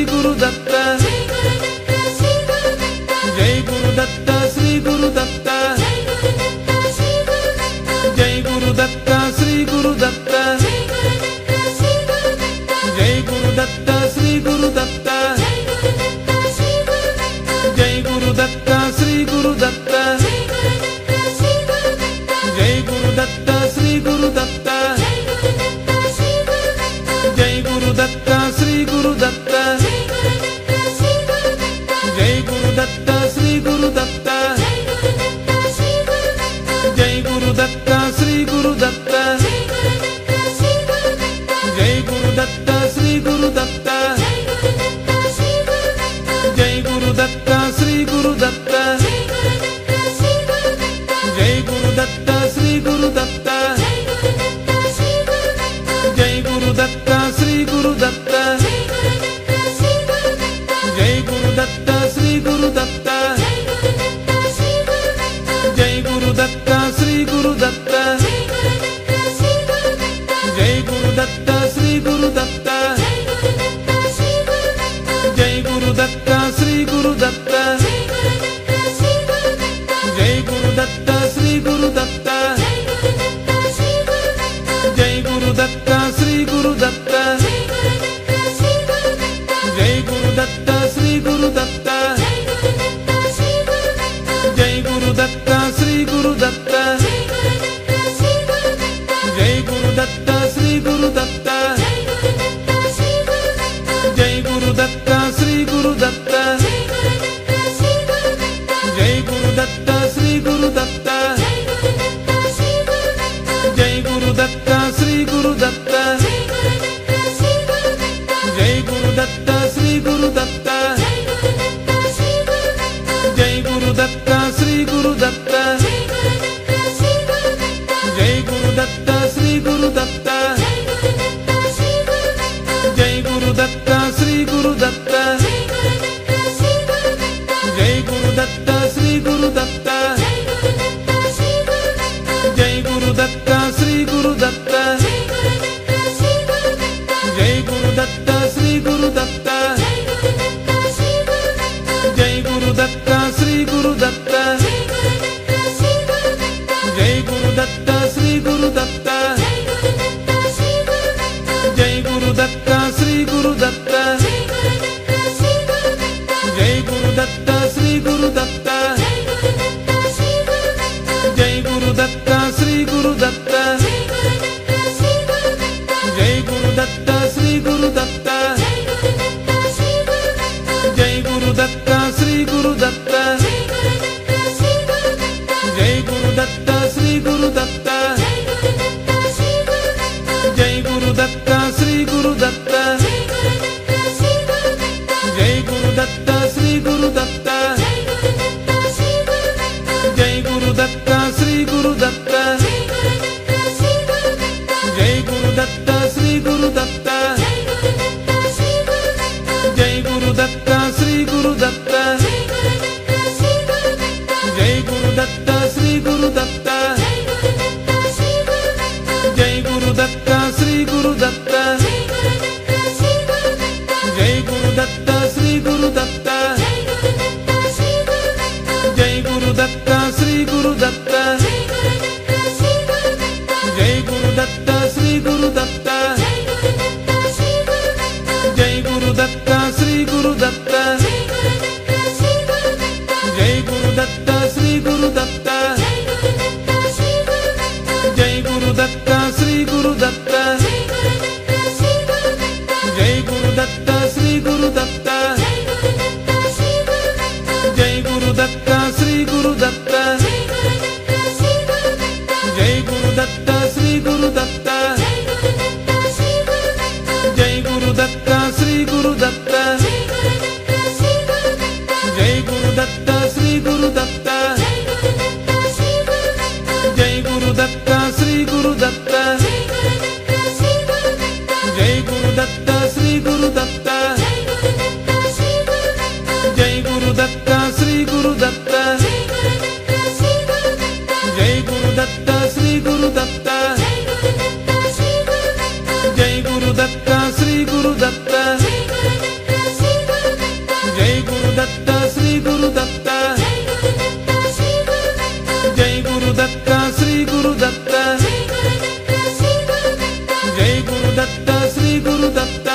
Speaker 2: గురుదత్త
Speaker 1: జై గురుదత్త శ్రీ గురుదత్త
Speaker 2: జై గురుదత్త శ్రీ గురుదత్త
Speaker 1: జై గురుదత్త శ్రీ గురుదత్త
Speaker 2: జై గురుదత్త శ్రీ
Speaker 1: జై
Speaker 2: గురుదత్త
Speaker 1: గురుదత్త శ్రీ గురుదత్త
Speaker 2: జై గురుదత్త శ్రీ గురుదత్త
Speaker 1: జై గురుదత్త శ్రీ గురుదత్త
Speaker 2: జై గురుదత్త శ్రీ గురుదత్త
Speaker 1: జై గురుదత్త శ్రీ గురుదత్త జై గురుదత్త శ్రీ గురుదత్త జై గురుదత్త శ్రీ గురుదత్త జై గురుదత్త శ్రీ గురుదత్త జై గురుదత్త శ్రీ గురుదత్త జై గురుదత్త శ్రీ గురుదత్త జై గురుదత్త శ్రీ గురుదత్త జై గురుదత్త శ్రీ గురుదత్త జై గురుదత్త శ్రీ గురుదత్త
Speaker 2: జై గురుదత్త శ్రీ గురుదత్త జై గురుదత్త శ్రీ గురుదత్త జై గురుదత్త శ్రీ గురుదత్త జై గురుదత్త శ్రీ గురుదత్త జై గురుదత్త శ్రీ గురుదత్త జై గురుదత్త శ్రీ గురుదత్త జై గురుదత్త శ్రీ గురుదత్త జై గురుదత్త శ్రీ గురుదత్త జై గురుదత్త
Speaker 1: జై గురుదత్త శ్రీ గురుదత్త జై గురుదత్త శ్రీ గురుదత్త జై గురుదత్త శ్రీ గురుదత్త జై గురుదత్త శ్రీ గురుదత్త
Speaker 2: శ్రీ గురుదత్త జై గురుదత్త శ్రీ గురుదత్త జై గురుదత్త శ్రీ గురుదత్త జై గురుదత్త శ్రీ గురుదత్త జై గురుదత్త శ్రీ గురుదత్త
Speaker 1: జై గురుదత్త శ్రీ గురుదత్త
Speaker 2: జై గురుదత్త శ్రీ గురుదత్త
Speaker 1: జై గురుదత్త శ్రీ గురుదత్త
Speaker 2: జై గురుదత్త శ్రీ గురుదత్త
Speaker 1: జై గురుదత్త శ్రీ గురుదత్త
Speaker 2: జై గురుదత్త శ్రీ గురుదత్త
Speaker 1: జై గురుదత్త శ్రీ గురుదత్త
Speaker 2: జై గురుదత్త శ్రీ గురుదత్త
Speaker 1: జై గురుదత్త శ్రీ గురుదత్త
Speaker 2: జై గురుదత్త శ్రీ గురుదత్త
Speaker 1: జై గురుదత్త శ్రీ గురుదత్త జై గురుదత్త శ్రీ గురుదత్త
Speaker 2: జై గురుదత్త శ్రీ గురుదత్త
Speaker 1: జై గురుదత్త శ్రీ గురుదత్త జై గురుదత్త శ్రీ గురుదత్త జై గురుదత్త శ్రీ గురుదత్త
Speaker 2: జై గురుదత్త శ్రీ గురుదత్త జై గురుదత్త శ్రీ గురుదత్త జై గురుదత్త శ్రీ గురుదత్త
Speaker 1: జై గురుదత్త శ్రీ గురుదత్త
Speaker 2: జై గురుదత్త శ్రీ గురుదత్త
Speaker 1: జై గురుదత్త శ్రీ గురుదత్త జై గురుదత్త శ్రీ గురుదత్త
Speaker 2: జై గురుదత్త శ్రీ గురుదత్త జై గురుదత్త శ్రీ గురుదత్త జై గురుదత్త శ్రీ గురుదత్త
Speaker 1: జై గురుదత్త శ్రీ గురుదత్త
Speaker 2: జై గురుదత్త
Speaker 1: గురుదత్త శ్రీ గురుదత్త
Speaker 2: జై గురుదత్త శ్రీ గురుదత్త
Speaker 1: జై గురుదత్త శ్రీ గురుదత్త
Speaker 2: జై గురుదత్త శ్రీ గురుదత్త
Speaker 1: జై గురుదత్త శ్రీ గురుదత్త
Speaker 2: జై గురుదత్త శ్రీ గురుదత్త
Speaker 1: జై గురుదత్త శ్రీ గురుదత్త
Speaker 2: జై గురుదత్త శ్రీ గురుదత్త
Speaker 1: జై గురుదత్త శ్రీ గురుదత్త
Speaker 2: జై గురుదత్త
Speaker 1: జై గురుదత్త
Speaker 2: శ్రీ గురుదత్త
Speaker 1: శ్రీ గురుదత్త
Speaker 2: జై గురుదత్త శ్రీ గురుదత్త
Speaker 1: జై గురుదత్త శ్రీ గురుదత్త
Speaker 2: జై గురుదత్త శ్రీ గురుదత్త
Speaker 1: జై గురుదత్త శ్రీ గురుదత్త
Speaker 2: జై గురుదత్త శ్రీ గురుదత్త
Speaker 1: జై గురుదత్త శ్రీ గురుదత్త
Speaker 2: జై గురుదత్త శ్రీ గురుదత్త
Speaker 1: జై గురుదత్త శ్రీ గురుదత్త జై
Speaker 2: జై గురుదత్త శ్రీ గురుదత్త
Speaker 1: గురుదత్త శ్రీ గురుదత్త
Speaker 2: జై గురుదత్త శ్రీ గురుదత్త
Speaker 1: జై గురుదత్త శ్రీ గురుదత్త
Speaker 2: జై గురుదత్త శ్రీ గురుదత్త
Speaker 1: జై గురుదత్త శ్రీ గురుదత్త జై గురుదత్త శ్రీ గురుదత్త జై గురుదత్త శ్రీ గురుదత్త జై గురుదత్త శ్రీ గురుదత్త జై గురుదత్త శ్రీ గురుదత్త జై గురుదత్త శ్రీ గురుదత్త జై గురుదత్త శ్రీ గురుదత్త జై గురుదత్త శ్రీ గురుదత్త జై గురుదత్త శ్రీ గురుదత్త జై గురుదత్త శ్రీ గురుదత్త జై గురుదత్త శ్రీ గురుదత్త జై గురుదత్త శ్రీ గురుదత్త జై
Speaker 2: జై గురుదత్త శ్రీ గురుదత్త జై గురుదత్త శ్రీ గురుదత్త జై గురుదత్త శ్రీ గురుదత్త జై గురుదత్త శ్రీ గురుదత్త జై గురుదత్త శ్రీ గురుదత్త జై గురుదత్త శ్రీ గురుదత్త జై గురుదత్త శ్రీ గురుదత్త జై గురుదత్త శ్రీ గురుదత్త జై గురుదత్త శ్రీ గురుదత్త జై గురుదత్త శ్రీ గురుదత్త జై గురుదత్త శ్రీ గురుదత్త జై గురుదత్త శ్రీ గురుదత్త
Speaker 1: గురుదత్త శ్రీ గురుదత్త
Speaker 2: జై గురుదత్త శ్రీ గురుదత్త
Speaker 1: జై గురుదత్త శ్రీ గురుదత్త
Speaker 2: జై గురుదత్త శ్రీ గురుదత్త
Speaker 1: జై గురుదత్త శ్రీ గురుదత్త
Speaker 2: జై గురుదత్త శ్రీ గురుదత్త
Speaker 1: జై గురుదత్త శ్రీ గురుదత్త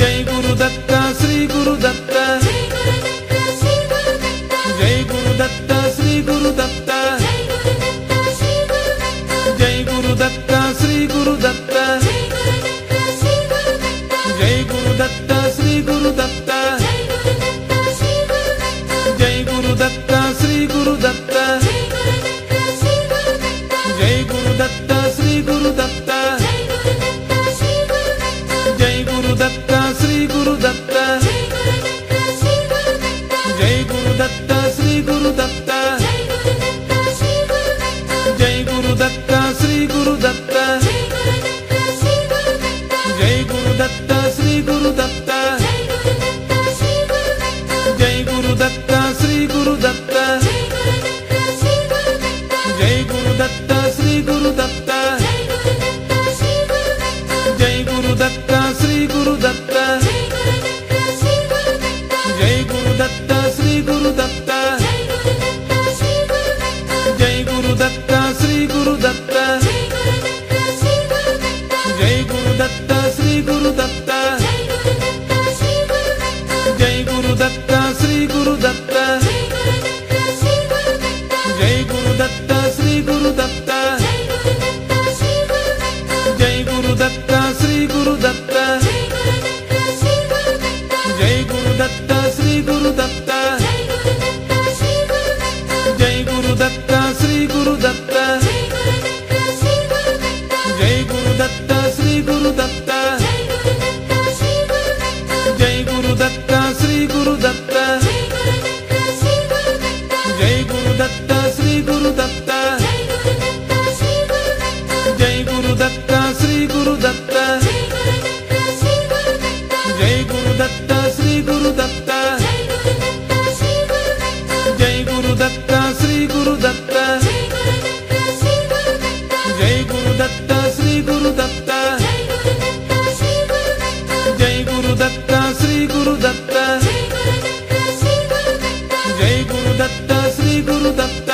Speaker 2: జై గురుదత్త శ్రీ
Speaker 1: జై గురుదత్త శ్రీ
Speaker 2: గురుదత్త
Speaker 1: గురుదత్త
Speaker 2: జై గురుదత్త శ్రీ గురుదత్త
Speaker 1: జై గురుదత్త శ్రీ గురుదత్త
Speaker 2: జై గురుదత్త శ్రీ గురుదత్త
Speaker 1: జై గురుదత్త శ్రీ గురుదత్త
Speaker 2: జై
Speaker 1: జై
Speaker 2: గురుదత్త శ్రీ గురుదత్త
Speaker 1: గురుదత్త శ్రీ గురుదత్త
Speaker 2: జై గురుదత్త శ్రీ గురుదత్త
Speaker 1: జై గురుదత్త శ్రీ గురుదత్త
Speaker 2: జై గురుదత్త శ్రీ గురుదత్త
Speaker 1: జై గురుదత్త శ్రీ గురుదత్త
Speaker 2: జై గురుదత్త శ్రీ గురుదత్త
Speaker 1: జై గురుదత్త శ్రీ గురుదత్త
Speaker 2: జై గురుదత్త శ్రీ గురుదత్త
Speaker 1: జై గురుదత్త శ్రీ గురుదత్త
Speaker 2: జై గురుదత్త శ్రీ గురుదత్త
Speaker 1: జై గురుదత్త శ్రీ గురుదత్త జై గురుదత్త శ్రీ గురుదత్త జై గురుదత్త శ్రీ గురుదత్త జై గురుదత్త శ్రీ గురుదత్త జై గురుదత్త శ్రీ గురుదత్త జై గురుదత్త శ్రీ గురుదత్త
Speaker 2: జై గురుదత్త శ్రీ గురుదత్త జై గురుదత్త శ్రీ గురుదత్త జై గురుదత్త శ్రీ గురుదత్త జై గురుదత్త శ్రీ గురుదత్త జై గురుదత్త శ్రీ గురుదత్త జై గురుదత్త శ్రీ గురుదత్త
Speaker 1: జై గురుదత్త శ్రీ గురుదత్త జై గురుదత్త శ్రీ గురుదత్త జై గురుదత్త శ్రీ గురుదత్త జై గురుదత్త శ్రీ గురుదత్త జై గురుదత్త శ్రీ గురుదత్త జై గురుదత్త శ్రీ గురుదత్త జై గురుదత్త శ్రీ గురుదత్త జై
Speaker 2: జై గురుదత్త శ్రీ గురుదత్త జై గురుదత్త శ్రీ గురుదత్త జై గురుదత్త శ్రీ గురుదత్త జై గురుదత్త శ్రీ గురుదత్త జై గురుదత్త శ్రీ గురుదత్త జై గురుదత్త శ్రీ గురుదత్త జై గురుదత్త శ్రీ గురుదత్త
Speaker 1: గురుదత్త శ్రీ గురుదత్త
Speaker 2: జై గురుదత్త శ్రీ గురుదత్త
Speaker 1: జై గురుదత్త శ్రీ గురుదత్త
Speaker 2: జై గురుదత్త శ్రీ గురుదత్త
Speaker 1: జై గురుదత్త శ్రీ గురుదత్త
Speaker 2: జై గురుదత్త శ్రీ గురుదత్త
Speaker 1: జై గురుదత్త శ్రీ గురుదత్త
Speaker 2: జై గురుదత్త
Speaker 1: జై
Speaker 2: శ్రీ గురుదత్త
Speaker 1: గురుదత్త శ్రీ గురుదత్త
Speaker 2: జై గురుదత్త శ్రీ గురుదత్త
Speaker 1: జై గురుదత్త శ్రీ గురుదత్త
Speaker 2: జై గురుదత్త శ్రీ గురుదత్త
Speaker 1: జై గురుదత్త శ్రీ గురుదత్త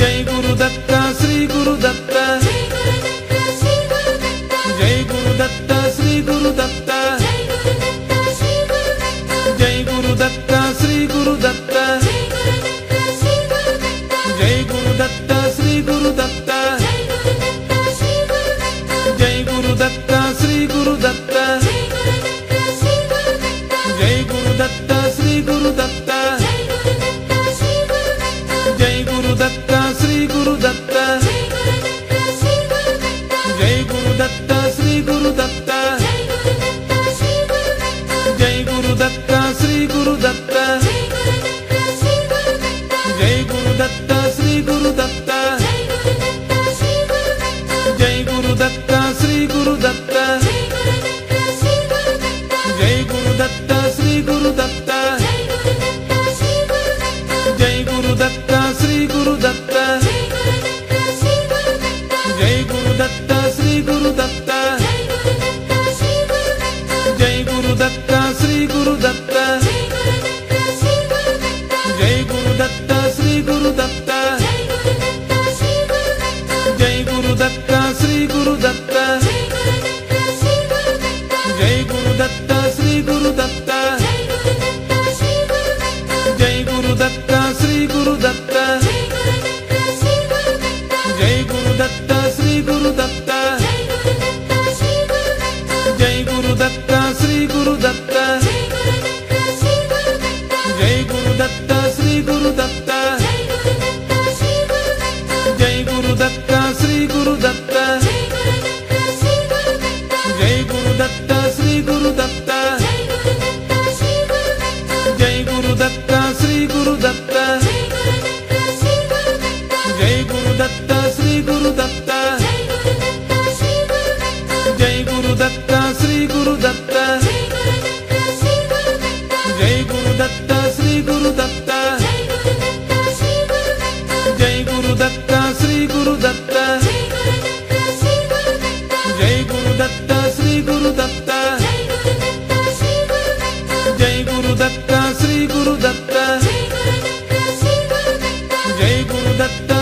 Speaker 2: జై గురుదత్త శ్రీ గురుదత్త
Speaker 1: జై గురుదత్త శ్రీ గురుదత్త జై
Speaker 2: జై గురుదత్త శ్రీ గురుదత్త
Speaker 1: గురుదత్త శ్రీ గురుదత్త జై గురుదత్త శ్రీ గురుదత్త జై గురుదత్త శ్రీ గురుదత్త
Speaker 2: జై గురుదత్త శ్రీ గురుదత్త జై గురుదత్త శ్రీ గురుదత్త జై గురుదత్త
Speaker 1: జై గురుదత్త శ్రీ గురుదత్త జై గురుదత్త శ్రీ గురుదత్త
Speaker 2: శ్రీ గురుదత్త జై గురుదత్త శ్రీ గురుదత్త జై గురుదత్త శ్రీ
Speaker 1: జై
Speaker 2: గురుదత్త
Speaker 1: గురుదత్త శ్రీ గురుదత్త
Speaker 2: జై గురుదత్త
Speaker 1: గురుదత్త శ్రీ గురుదత్త
Speaker 2: జై గురుదత్త శ్రీ గురుదత్త
Speaker 1: జై గురుదత్త శ్రీ గురుదత్త
Speaker 2: జై గురుదత్త శ్రీ గురుదత్త
Speaker 1: జై గురుదత్త శ్రీ గురుదత్త
Speaker 2: జై గురుదత్త శ్రీ గురుదత్త
Speaker 1: జై గురుదత్త శ్రీ గురుదత్త
Speaker 2: జై గురుదత్త శ్రీ గురుదత్త
Speaker 1: జై గురుదత్త శ్రీ గురుదత్త
Speaker 2: జై గురుదత్త శ్రీ గురుదత్త
Speaker 1: జై గురుదత్త శ్రీ గురుదత్త
Speaker 2: జై
Speaker 1: జై గురుదత్త శ్రీ గురుదత్త
Speaker 2: గురుదత్త శ్రీ గురుదత్త జై గురుదత్త శ్రీ గురుదత్త
Speaker 1: జై గురుదత్త శ్రీ గురుదత్త
Speaker 2: జై గురుదత్త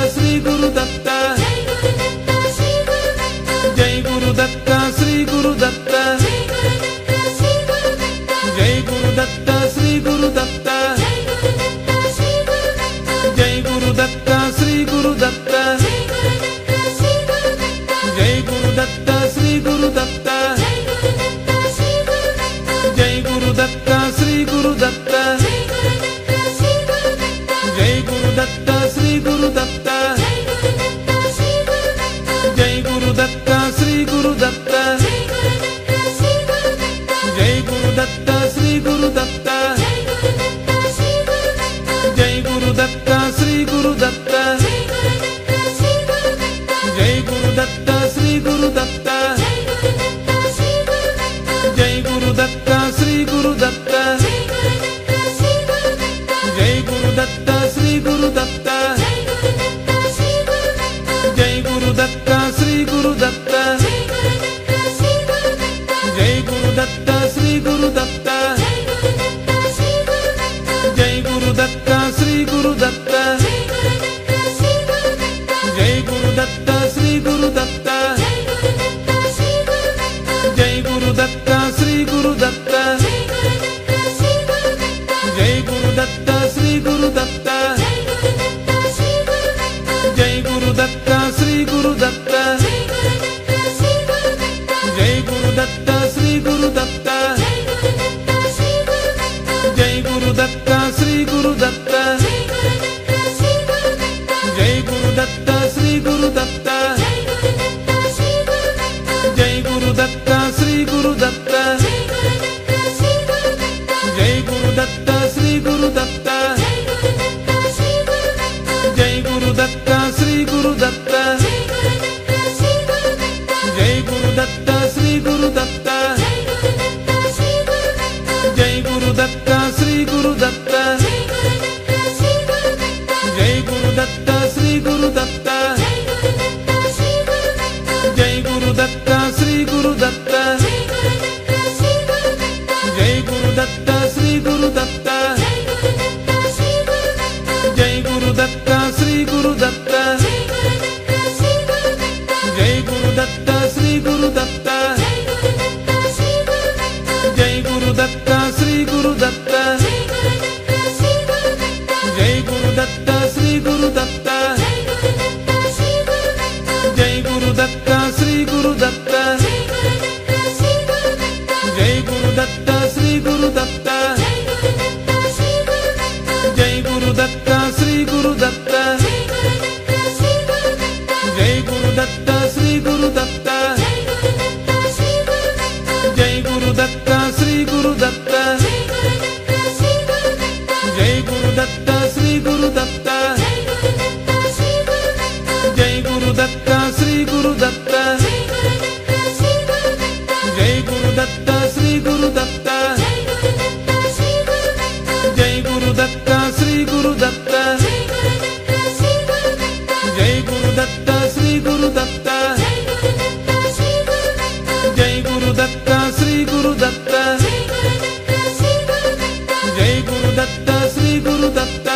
Speaker 2: శ్రీ గురుదత్త
Speaker 1: జై గురుదత్త శ్రీ గురుదత్త
Speaker 2: జై గురుదత్త శ్రీ
Speaker 1: జై
Speaker 2: గురుదత్త
Speaker 1: గురుదత్త శ్రీ గురుదత్త
Speaker 2: జై గురుదత్త శ్రీ గురుదత్త
Speaker 1: జై గురుదత్త శ్రీ గురుదత్త
Speaker 2: జై గురుదత్త శ్రీ గురుదత్త
Speaker 1: జై గురుదత్త శ్రీ గురుదత్త
Speaker 2: జై గురుదత్త శ్రీ గురుదత్త
Speaker 1: జై గురుదత్త శ్రీ గురుదత్త జై గురుదత్త శ్రీ గురుదత్త జై గురుదత్త శ్రీ గురుదత్త
Speaker 2: జై గురుదత్త శ్రీ గురుదత్త జై గురుదత్త శ్రీ గురుదత్త జై గురుదత్త శ్రీ గురుదత్త
Speaker 1: జై గురుదత్త శ్రీ గురుదత్త జై గురుదత్త శ్రీ గురుదత్త జై గురుదత్త శ్రీ గురుదత్త జై గురుదత్త శ్రీ గురుదత్త జై గురుదత్త శ్రీ గురుదత్త జై గురుదత్త శ్రీ గురుదత్త జై గురుదత్త శ్రీ గురుదత్త జై
Speaker 2: జై గురుదత్త శ్రీ గురుదత్త జై గురుదత్త శ్రీ గురుదత్త జై గురుదత్త శ్రీ గురుదత్త జై గురుదత్త శ్రీ గురుదత్త జై గురుదత్త శ్రీ గురుదత్త జై గురుదత్త శ్రీ గురుదత్త జై గురుదత్త శ్రీ గురుదత్త
Speaker 1: గురుదత్త శ్రీ గురుదత్త జై గురుదత్త శ్రీ గురుదత్త జై గురుదత్త శ్రీ
Speaker 2: జై గురుదత్త శ్రీ గురుదత్త జై గురుదత్త శ్రీ గురుదత్త
Speaker 1: గురుదత్త
Speaker 2: జై గురుదత్త శ్రీ గురుదత్త
Speaker 1: జై గురుదత్త శ్రీ గురుదత్త
Speaker 2: జై గురుదత్త శ్రీ
Speaker 1: జై గురుదత్త శ్రీ
Speaker 2: గురుదత్త
Speaker 1: గురుదత్త
Speaker 2: జై గురుదత్త శ్రీ గురుదత్త
Speaker 1: జై గురుదత్త శ్రీ గురుదత్త
Speaker 2: జై గురుదత్త శ్రీ గురుదత్త
Speaker 1: జై గురుదత్త శ్రీ గురుదత్త
Speaker 2: జై గురుదత్త శ్రీ గురుదత్త
Speaker 1: జై గురుదత్త శ్రీ గురుదత్త
Speaker 2: జై గురుదత్త
Speaker 1: జై గురుదత్త శ్రీ
Speaker 2: శ్రీ గురుదత్త
Speaker 1: గురుదత్త
Speaker 2: జై గురుదత్త శ్రీ గురుదత్త
Speaker 1: జై గురుదత్త శ్రీ గురుదత్త
Speaker 2: జై గురుదత్త శ్రీ గురుదత్త
Speaker 1: జై గురుదత్త శ్రీ గురుదత్త
Speaker 2: జై గురుదత్త
Speaker 1: జై గురుదత్త శ్రీ గురుదత్త
Speaker 2: శ్రీ గురుదత్త జై గురుదత్త శ్రీ గురుదత్త
Speaker 1: జై గురుదత్త శ్రీ గురుదత్త
Speaker 2: జై గురుదత్త శ్రీ గురుదత్త
Speaker 1: జై గురుదత్త శ్రీ గురుదత్త
Speaker 2: జై గురుదత్త శ్రీ గురుదత్త
Speaker 1: జై గురుదత్త శ్రీ గురుదత్త
Speaker 2: జై గురుదత్త శ్రీ గురుదత్త
Speaker 1: జై గురుదత్త శ్రీ గురుదత్త
Speaker 2: జై గురుదత్త శ్రీ గురుదత్త
Speaker 1: జై గురుదత్త శ్రీ గురుదత్త జై గురుదత్త శ్రీ గురుదత్త జై గురుదత్త శ్రీ గురుదత్త జై గురుదత్త శ్రీ గురుదత్త జై గురుదత్త శ్రీ గురుదత్త
Speaker 2: జై గురుదత్త శ్రీ గురుదత్త జై గురుదత్త శ్రీ గురుదత్త జై గురుదత్త శ్రీ గురుదత్త జై గురుదత్త శ్రీ గురుదత్త జై
Speaker 1: జై గురుదత్త శ్రీ గురుదత్త జై గురుదత్త శ్రీ గురుదత్త జై గురుదత్త శ్రీ గురుదత్త జై గురుదత్త శ్రీ గురుదత్త జై గురుదత్త శ్రీ గురుదత్త జై గురుదత్త శ్రీ గురుదత్త జై
Speaker 2: గురుదత్త శ్రీ గురుదత్త జై గురుదత్త శ్రీ గురుదత్త జై గురుదత్త శ్రీ గురుదత్త జై గురుదత్త శ్రీ గురుదత్త జై గురుదత్త శ్రీ గురుదత్త జై గురుదత్త శ్రీ గురుదత్త జై గురుదత్త శ్రీ గురుదత్త
Speaker 1: గురుదత్త శ్రీ గురుదత్త
Speaker 2: జై గురుదత్త శ్రీ గురుదత్త
Speaker 1: జై గురుదత్త శ్రీ గురుదత్త
Speaker 2: జై గురుదత్త శ్రీ గురుదత్త
Speaker 1: జై గురుదత్త శ్రీ గురుదత్త
Speaker 2: జై గురుదత్త శ్రీ గురుదత్త
Speaker 1: జై గురుదత్త శ్రీ గురుదత్త
Speaker 2: జై గురుదత్త శ్రీ గురుదత్త
Speaker 1: జై గురుదత్త శ్రీ గురుదత్త
Speaker 2: జై గురుదత్త శ్రీ గురుదత్త
Speaker 1: జై గురుదత్త శ్రీ గురుదత్త
Speaker 2: జై గురుదత్త శ్రీ గురుదత్త
Speaker 1: జై గురుదత్త శ్రీ గురుదత్త జై గురుదత్త శ్రీ గురుదత్త జై గురుదత్త శ్రీ గురుదత్త జై గురుదత్త శ్రీ గురుదత్త జై గురుదత్త శ్రీ
Speaker 2: జై గురుదత్త శ్రీ గురుదత్త జై గురుదత్త శ్రీ గురుదత్త జై గురుదత్త శ్రీ గురుదత్త జై గురుదత్త శ్రీ గురుదత్త
Speaker 1: గురుదత్త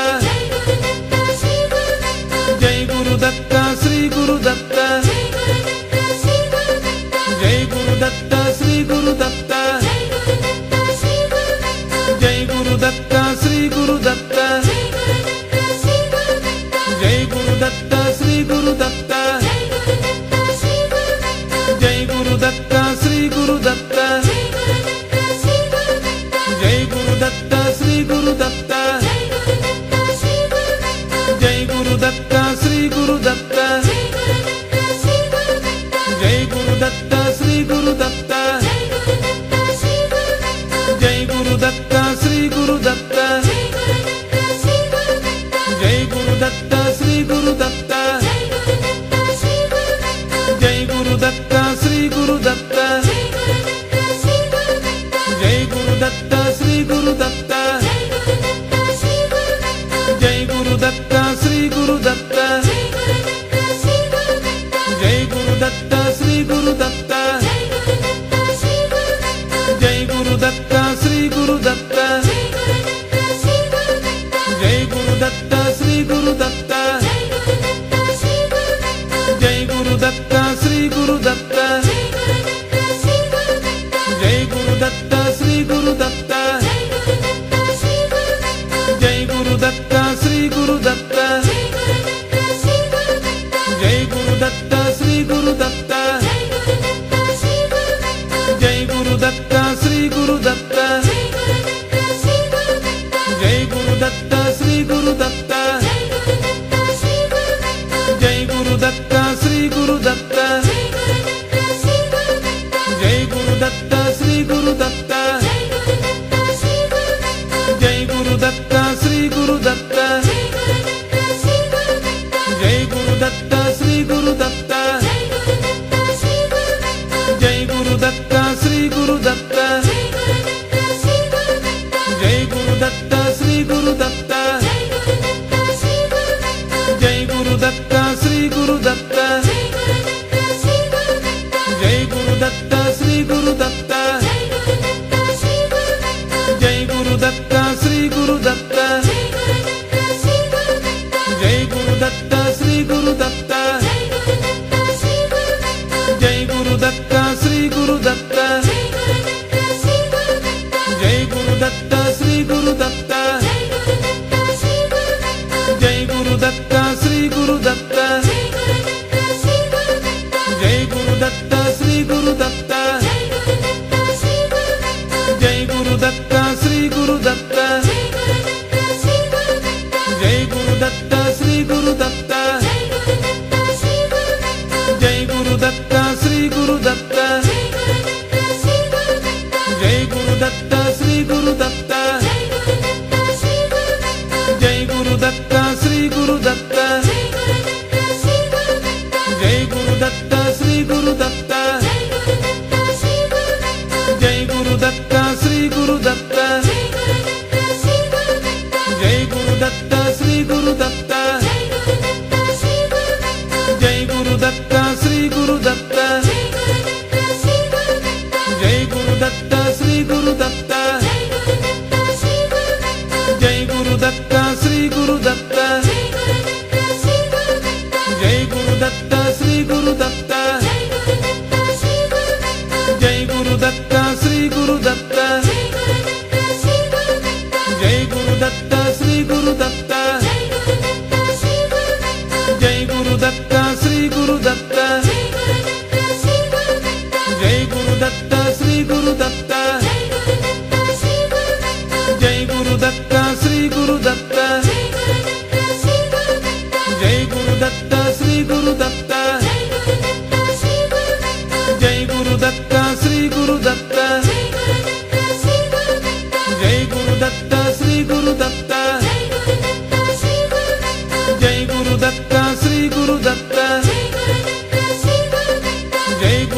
Speaker 1: గురుదత్త శ్రీ గురుదత్త
Speaker 2: జై గురుదత్త శ్రీ గురుదత్త
Speaker 1: జై గురుదత్త శ్రీ గురుదత్త
Speaker 2: జై గురుదత్త శ్రీ గురుదత్త
Speaker 1: జై గురుదత్త శ్రీ గురుదత్త
Speaker 2: జై గురుదత్త శ్రీ గురుదత్త
Speaker 1: జై గురుదత్త శ్రీ గురుదత్త
Speaker 2: జై గురుదత్త శ్రీ గురుదత్త
Speaker 1: జై గురుదత్త శ్రీ గురుదత్త
Speaker 2: జై గురుదత్త శ్రీ
Speaker 1: జై గురుదత్త శ్రీ
Speaker 2: గురుదత్త
Speaker 1: గురుదత్త
Speaker 2: జై గురుదత్త శ్రీ గురుదత్త
Speaker 1: జై గురుదత్త శ్రీ గురుదత్త
Speaker 2: జై గురుదత్త శ్రీ గురుదత్త
Speaker 1: జై గురుదత్త శ్రీ గురుదత్త
Speaker 2: జై గురుదత్త శ్రీ గురుదత్త
Speaker 1: జై గురుదత్త శ్రీ గురుదత్త
Speaker 2: జై గురుదత్త శ్రీ గురుదత్త
Speaker 1: జై గురుదత్త శ్రీ గురుదత్త
Speaker 2: జై గురుదత్త శ్రీ గురుదత్త
Speaker 1: జై గురుదత్త శ్రీ గురుదత్త
Speaker 2: జై గురుదత్త శ్రీ గురుదత్త
Speaker 1: జై గురుదత్త శ్రీ గురుదత్త
Speaker 2: జై గురుదత్త శ్రీ గురుదత్త
Speaker 1: జై గురుదత్త శ్రీ గురుదత్త
Speaker 2: జై గురుదత్త శ్రీ గురుదత్త
Speaker 1: జై గురుదత్త శ్రీ గురుదత్త జై గురుదత్త శ్రీ గురుదత్త జై గురుదత్త శ్రీ గురుదత్త జై గురుదత్త శ్రీ గురుదత్త జై గురుదత్త శ్రీ గురుదత్త జై గురుదత్త శ్రీ గురుదత్త జై గురుదత్త శ్రీ గురుదత్త జై గురుదత్త శ్రీ గురుదత్త జై గురుదత్త శ్రీ గురుదత్త జై గురుదత్త శ్రీ గురుదత్త జై గురుదత్త శ్రీ గురుదత్త జై
Speaker 2: జై గురుదత్త శ్రీ గురుదత్త జై గురుదత్త శ్రీ గురుదత్త జై గురుదత్త శ్రీ గురుదత్త జై గురుదత్త శ్రీ గురుదత్త జై గురుదత్త శ్రీ గురుదత్త జై గురుదత్త శ్రీ గురుదత్త జై గురుదత్త శ్రీ గురుదత్త జై గురుదత్త శ్రీ గురుదత్త జై గురుదత్త శ్రీ గురుదత్త జై గురుదత్త శ్రీ గురుదత్త జై గురుదత్త శ్రీ గురుదత్త
Speaker 1: గురుదత్త శ్రీ గురుదత్త
Speaker 2: జై గురుదత్త శ్రీ గురుదత్త
Speaker 1: జై గురుదత్త శ్రీ గురుదత్త
Speaker 2: జై గురుదత్త శ్రీ
Speaker 1: జై గురుదత్త శ్రీ
Speaker 2: గురుదత్త
Speaker 1: గురుదత్త
Speaker 2: జై గురుదత్త శ్రీ గురుదత్త
Speaker 1: జై గురుదత్త శ్రీ గురుదత్త
Speaker 2: జై గురుదత్త శ్రీ గురుదత్త
Speaker 1: జై గురుదత్త శ్రీ గురుదత్త
Speaker 2: జై గురుదత్త శ్రీ గురుదత్త
Speaker 1: జై గురుదత్త శ్రీ గురుదత్త
Speaker 2: జై గురుదత్త శ్రీ
Speaker 1: జై గురుదత్త
Speaker 2: గురుదత్త
Speaker 1: శ్రీ గురుదత్త
Speaker 2: జై గురుదత్త శ్రీ గురుదత్త
Speaker 1: జై గురుదత్త శ్రీ గురుదత్త
Speaker 2: జై గురుదత్త శ్రీ గురుదత్త
Speaker 1: జై గురుదత్త శ్రీ గురుదత్త
Speaker 2: జై గురుదత్త శ్రీ గురుదత్త
Speaker 1: జై గురుదత్త శ్రీ గురుదత్త
Speaker 2: జై గురుదత్త శ్రీ గురుదత్త
Speaker 1: జై గురుదత్త శ్రీ గురుదత్త
Speaker 2: జై గురుదత్త శ్రీ గురుదత్త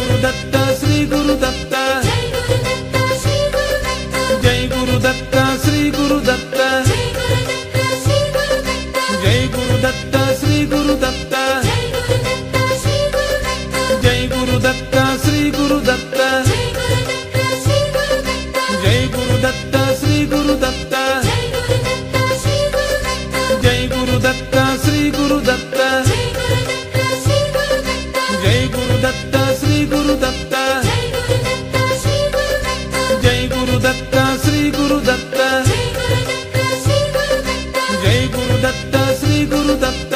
Speaker 1: జై గురుదత్త శ్రీ గురుదత్త
Speaker 2: జై గురుదత్త శ్రీ గురుదత్త
Speaker 1: జై గురుదత్త శ్రీ గురుదత్త జై గురుదత్త శ్రీ గురుదత్త జై గురుదత్త శ్రీ గురుదత్త జై గురుదత్త శ్రీ గురుదత్త జై గురుదత్త శ్రీ గురుదత్త జై గురుదత్త శ్రీ గురుదత్త
Speaker 2: జై గురుదత్త శ్రీ గురుదత్త జై గురుదత్త శ్రీ గురుదత్త జై గురుదత్త శ్రీ గురుదత్త జై గురుదత్త శ్రీ గురుదత్త జై గురుదత్త శ్రీ గురుదత్త జై గురుదత్త
Speaker 1: జై గురుదత్త శ్రీ గురుదత్త జై గురుదత్త శ్రీ గురుదత్త జై గురుదత్త శ్రీ గురుదత్త జై గురుదత్త శ్రీ గురుదత్త జై గురుదత్త శ్రీ గురుదత్త జై గురుదత్త శ్రీ గురుదత్త జై గురుదత్త శ్రీ గురుదత్త జై
Speaker 2: శ్రీ గురుదత్త జై గురుదత్త శ్రీ గురుదత్త జై గురుదత్త శ్రీ గురుదత్త జై గురుదత్త శ్రీ గురుదత్త జై గురుదత్త శ్రీ గురుదత్త జై గురుదత్త శ్రీ గురుదత్త జై గురుదత్త శ్రీ గురుదత్త జై గురుదత్త శ్రీ గురుదత్త
Speaker 1: గురుదత్త శ్రీ గురుదత్త
Speaker 2: జై గురుదత్త శ్రీ గురుదత్త
Speaker 1: జై గురుదత్త శ్రీ గురుదత్త
Speaker 2: జై గురుదత్త శ్రీ గురుదత్త
Speaker 1: జై గురుదత్త శ్రీ గురుదత్త
Speaker 2: జై గురుదత్త శ్రీ గురుదత్త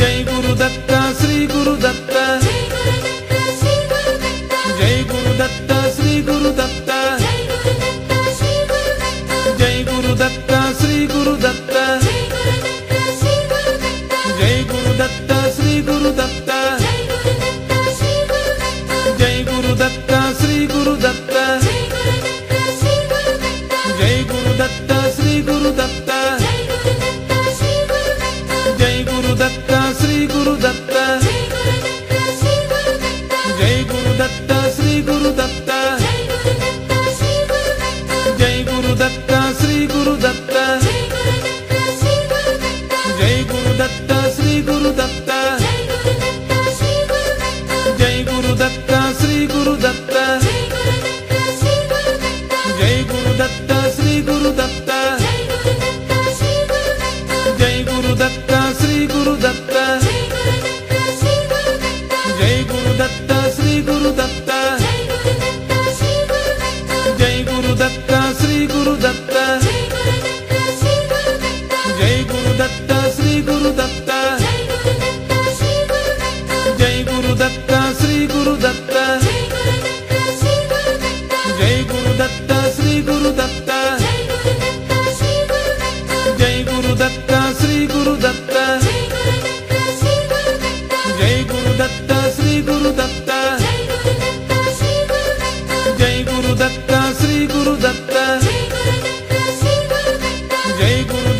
Speaker 1: జై గురుదత్త శ్రీ గురుదత్త
Speaker 2: జై గురుదత్త శ్రీ గురుదత్త
Speaker 1: జై గురుదత్త శ్రీ గురుదత్త
Speaker 2: జై గురుదత్త శ్రీ గురుదత్త
Speaker 1: జై గురుదత్త శ్రీ గురుదత్త
Speaker 2: జై గురుదత్త శ్రీ
Speaker 1: జై గురుదత్త శ్రీ
Speaker 2: గురుదత్త
Speaker 1: గురుదత్త
Speaker 2: జై గురుదత్త శ్రీ గురుదత్త
Speaker 1: జై గురుదత్త శ్రీ గురుదత్త
Speaker 2: జై గురుదత్త శ్రీ
Speaker 1: జై గురుదత్త శ్రీ గురుదత్త జై గురుదత్త శ్రీ గురుదత్త జై గురుదత్త శ్రీ గురుదత్త జై గురుదత్త శ్రీ గురుదత్త జై గురుదత్త శ్రీ గురుదత్త
Speaker 2: గురుదత్త జై గురుదత్త శ్రీ గురుదత్త జై గురుదత్త శ్రీ గురుదత్త జై గురుదత్త శ్రీ గురుదత్త జై గురుదత్త శ్రీ గురుదత్త జై గురుదత్త శ్రీ గురుదత్త
Speaker 1: జై గురుదత్త శ్రీ గురుదత్త
Speaker 2: జై గురుదత్త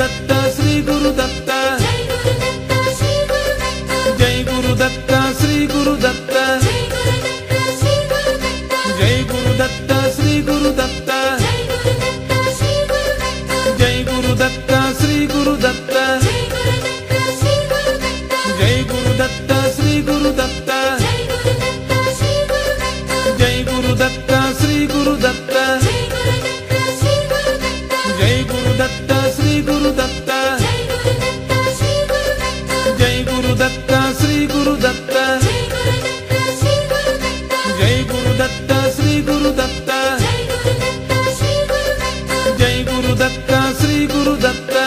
Speaker 1: దత్త శ్రీ గురు దత్త
Speaker 2: జై గురుదత్త శ్రీ గురుదత్త
Speaker 1: జై గురు దత్త శ్రీ గురు దత్త
Speaker 2: జై గురుదత్త శ్రీ
Speaker 1: జై
Speaker 2: గురుదత్త
Speaker 1: గురు దత్త శ్రీ గురు దత్త
Speaker 2: జై గురుదత్త శ్రీ గురుదత్త
Speaker 1: జై గురు దత్త శ్రీ గురు దత్త
Speaker 2: జై గురుదత్త శ్రీ గురుదత్త
Speaker 1: జై గురు దత్త శ్రీ గురు దత్త
Speaker 2: జై గురుదత్త శ్రీ గురుదత్త
Speaker 1: జై గురు దత్త శ్రీ గురు దత్త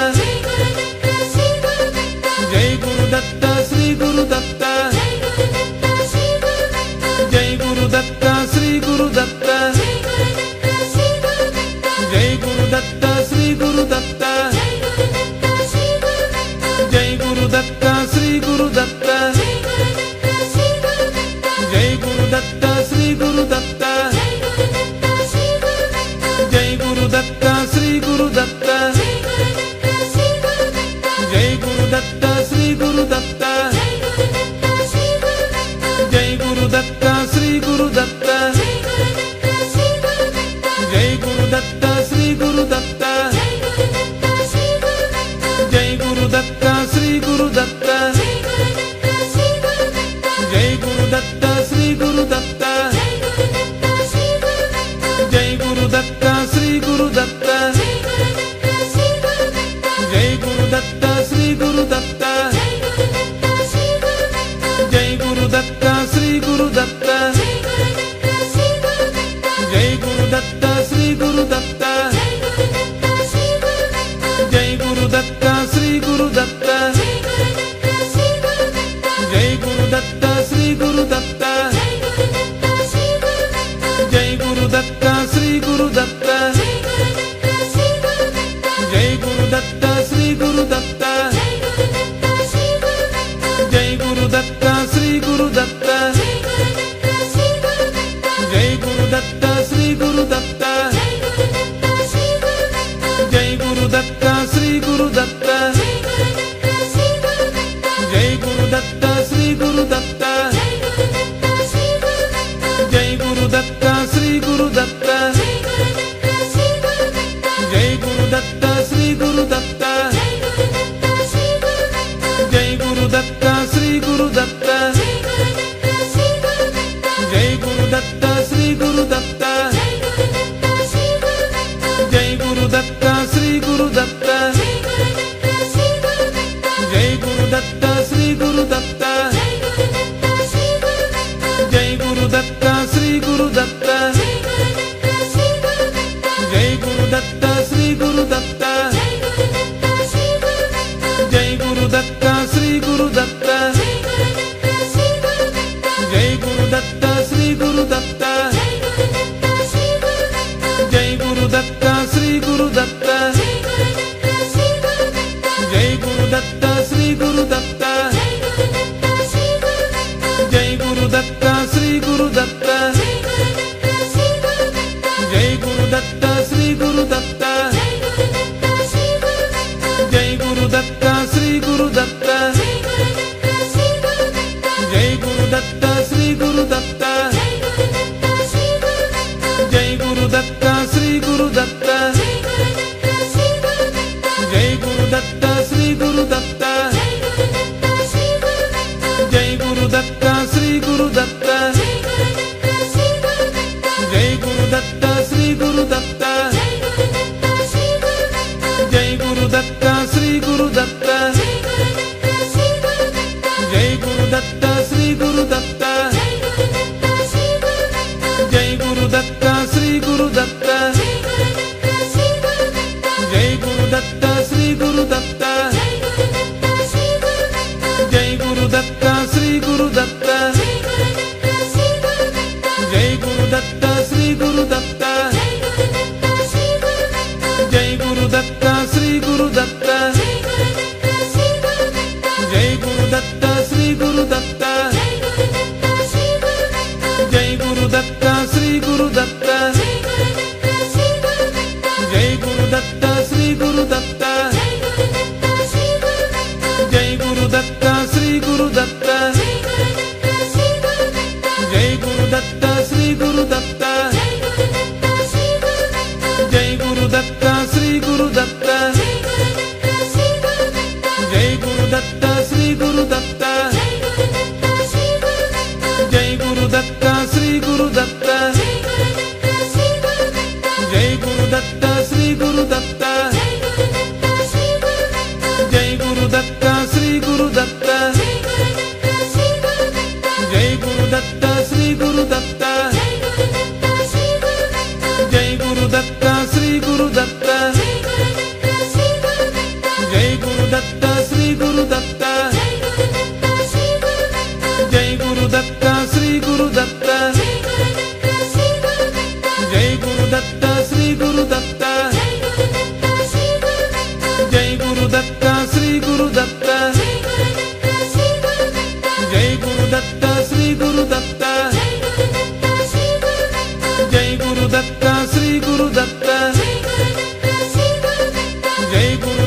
Speaker 2: జై గురుదత్త శ్రీ గురుదత్త
Speaker 1: జై గురు దత్త శ్రీ గురు దత్త
Speaker 2: జై గురుదత్త శ్రీ గురుదత్త
Speaker 1: జై గురు దత్త శ్రీ గురు దత్త
Speaker 2: జై గురుదత్త శ్రీ గురుదత్త
Speaker 1: జై గురు దత్త శ్రీ గురు దత్త
Speaker 2: జై గురుదత్త శ్రీ గురుదత్త
Speaker 1: జై గురు దత్త శ్రీ గురు దత్త
Speaker 2: జై గురుదత్త శ్రీ
Speaker 1: జై
Speaker 2: గురుదత్త
Speaker 1: గురు దత్త శ్రీ గురు దత్త
Speaker 2: జై గురుదత్త శ్రీ గురుదత్త
Speaker 1: జై గురు దత్త శ్రీ గురు దత్త
Speaker 2: జై గురుదత్త శ్రీ గురుదత్త
Speaker 1: జై గురు దత్త శ్రీ గురు దత్త జై గురు దత్త శ్రీ
Speaker 2: జై గురుదత్త శ్రీ గురుదత్త
Speaker 1: గురు దత్త జై గురు దత్త శ్రీ గురు దత్త జై గురు దత్త శ్రీ గురు దత్త జై గురు దత్త శ్రీ గురు దత్త జై గురు దత్త శ్రీ గురు దత్త జై గురు దత్త శ్రీ గురు దత్త జై గురు దత్త శ్రీ గురు దత్త జై గురు దత్త శ్రీ గురు దత్త జై గురు దత్త శ్రీ గురు దత్త జై
Speaker 2: జై గురుదత్త శ్రీ గురుదత్త జై గురుదత్త శ్రీ గురుదత్త జై గురుదత్త శ్రీ గురుదత్త జై గురుదత్త శ్రీ గురుదత్త జై గురుదత్త శ్రీ గురుదత్త జై గురుదత్త శ్రీ గురుదత్త జై గురుదత్త శ్రీ గురుదత్త జై గురుదత్త శ్రీ గురుదత్త జై గురుదత్త శ్రీ గురుదత్త
Speaker 1: గురు దత్త శ్రీ గురు దత్త జై గురు దత్త శ్రీ గురు దత్త జై
Speaker 2: జై గురుదత్త శ్రీ గురుదత్త జై గురుదత్త శ్రీ గురుదత్త
Speaker 1: గురు దత్త శ్రీ గురు దత్త
Speaker 2: జై గురుదత్త శ్రీ గురుదత్త
Speaker 1: జై గురు దత్త శ్రీ గురు దత్త
Speaker 2: జై గురుదత్త శ్రీ గురుదత్త
Speaker 1: జై గురు దత్త శ్రీ గురు దత్త
Speaker 2: జై గురుదత్త శ్రీ గురుదత్త
Speaker 1: జై గురు దత్త శ్రీ గురు దత్త
Speaker 2: జై గురుదత్త శ్రీ గురుదత్త
Speaker 1: జై గురు దత్త శ్రీ గురు దత్త
Speaker 2: జై గురుదత్త శ్రీ గురుదత్త
Speaker 1: జై గురు దత్త శ్రీ గురు దత్త
Speaker 2: జై గురుదత్త శ్రీ గురుదత్త
Speaker 1: జై గురు దత్త శ్రీ గురు దత్త
Speaker 2: జై గురుదత్త శ్రీ గురుదత్త
Speaker 1: జై గురు దత్త శ్రీ గురు దత్త
Speaker 2: జై గురుదత్త శ్రీ గురుదత్త
Speaker 1: జై గురు దత్త శ్రీ గురు దత్త
Speaker 2: జై గురుదత్త శ్రీ
Speaker 1: జై
Speaker 2: గురుదత్త
Speaker 1: గురు దత్త శ్రీ గురు దత్త
Speaker 2: జై గురుదత్త శ్రీ గురుదత్త
Speaker 1: జై గురు దత్త శ్రీ గురు దత్త
Speaker 2: జై గురుదత్త శ్రీ గురుదత్త
Speaker 1: జై గురు దత్త శ్రీ గురు దత్త
Speaker 2: జై గురుదత్త
Speaker 1: జై
Speaker 2: శ్రీ గురుదత్త
Speaker 1: గురు దత్త శ్రీ గురు దత్త జై గురు దత్త శ్రీ గురు దత్త జై గురు దత్త శ్రీ గురు దత్త జై గురు దత్త శ్రీ గురు దత్త జై గురు దత్త శ్రీ గురు దత్త జై గురు దత్త శ్రీ గురు దత్త జై గురు దత్త శ్రీ గురు దత్త జై గురు దత్త శ్రీ గురు దత్త జై గురు దత్త శ్రీ గురు దత్త జై గురు దత్త శ్రీ గురు దత్త జై
Speaker 2: జై గురుదత్త శ్రీ గురుదత్త జై గురుదత్త శ్రీ గురుదత్త జై గురుదత్త శ్రీ గురుదత్త జై గురుదత్త శ్రీ గురుదత్త జై గురుదత్త శ్రీ గురుదత్త జై గురుదత్త శ్రీ గురుదత్త జై గురుదత్త శ్రీ గురుదత్త జై గురుదత్త శ్రీ గురుదత్త జై గురుదత్త శ్రీ గురుదత్త జై గురుదత్త శ్రీ గురుదత్త
Speaker 1: గురు దత్త శ్రీ గురు దత్త జై
Speaker 2: జై గురుదత్త శ్రీ గురుదత్త
Speaker 1: గురు దత్త శ్రీ గురు దత్త జై
Speaker 2: జై గురుదత్త శ్రీ గురుదత్త
Speaker 1: గురు దత్త శ్రీ గురు దత్త జై గురు
Speaker 2: జై గురుదత్త శ్రీ గురుదత్త
Speaker 1: దత్త శ్రీ గురు దత్త
Speaker 2: జై గురుదత్త శ్రీ గురుదత్త
Speaker 1: జై గురు దత్త శ్రీ గురు దత్త
Speaker 2: జై గురుదత్త శ్రీ గురుదత్త
Speaker 1: జై గురు దత్త శ్రీ గురు దత్త
Speaker 2: జై గురుదత్త శ్రీ గురుదత్త
Speaker 1: జై గురు దత్త శ్రీ గురు దత్త
Speaker 2: జై గురుదత్త శ్రీ గురుదత్త
Speaker 1: జై గురు దత్త శ్రీ గురు దత్త
Speaker 2: జై గురుదత్త శ్రీ గురుదత్త
Speaker 1: జై గురు దత్త శ్రీ గురు దత్త
Speaker 2: జై గురుదత్త శ్రీ గురుదత్త
Speaker 1: జై గురు దత్త శ్రీ గురు దత్త జై గురు దత్త శ్రీ గురు దత్త జై గురు దత్త శ్రీ గురు దత్త జై గురు దత్త శ్రీ గురు దత్త
Speaker 2: జై గురుదత్త శ్రీ గురుదత్త జై గురుదత్త శ్రీ గురుదత్త జై గురుదత్త శ్రీ గురుదత్త జై గురుదత్త శ్రీ గురుదత్త
Speaker 1: జై గురు దత్త శ్రీ గురు దత్త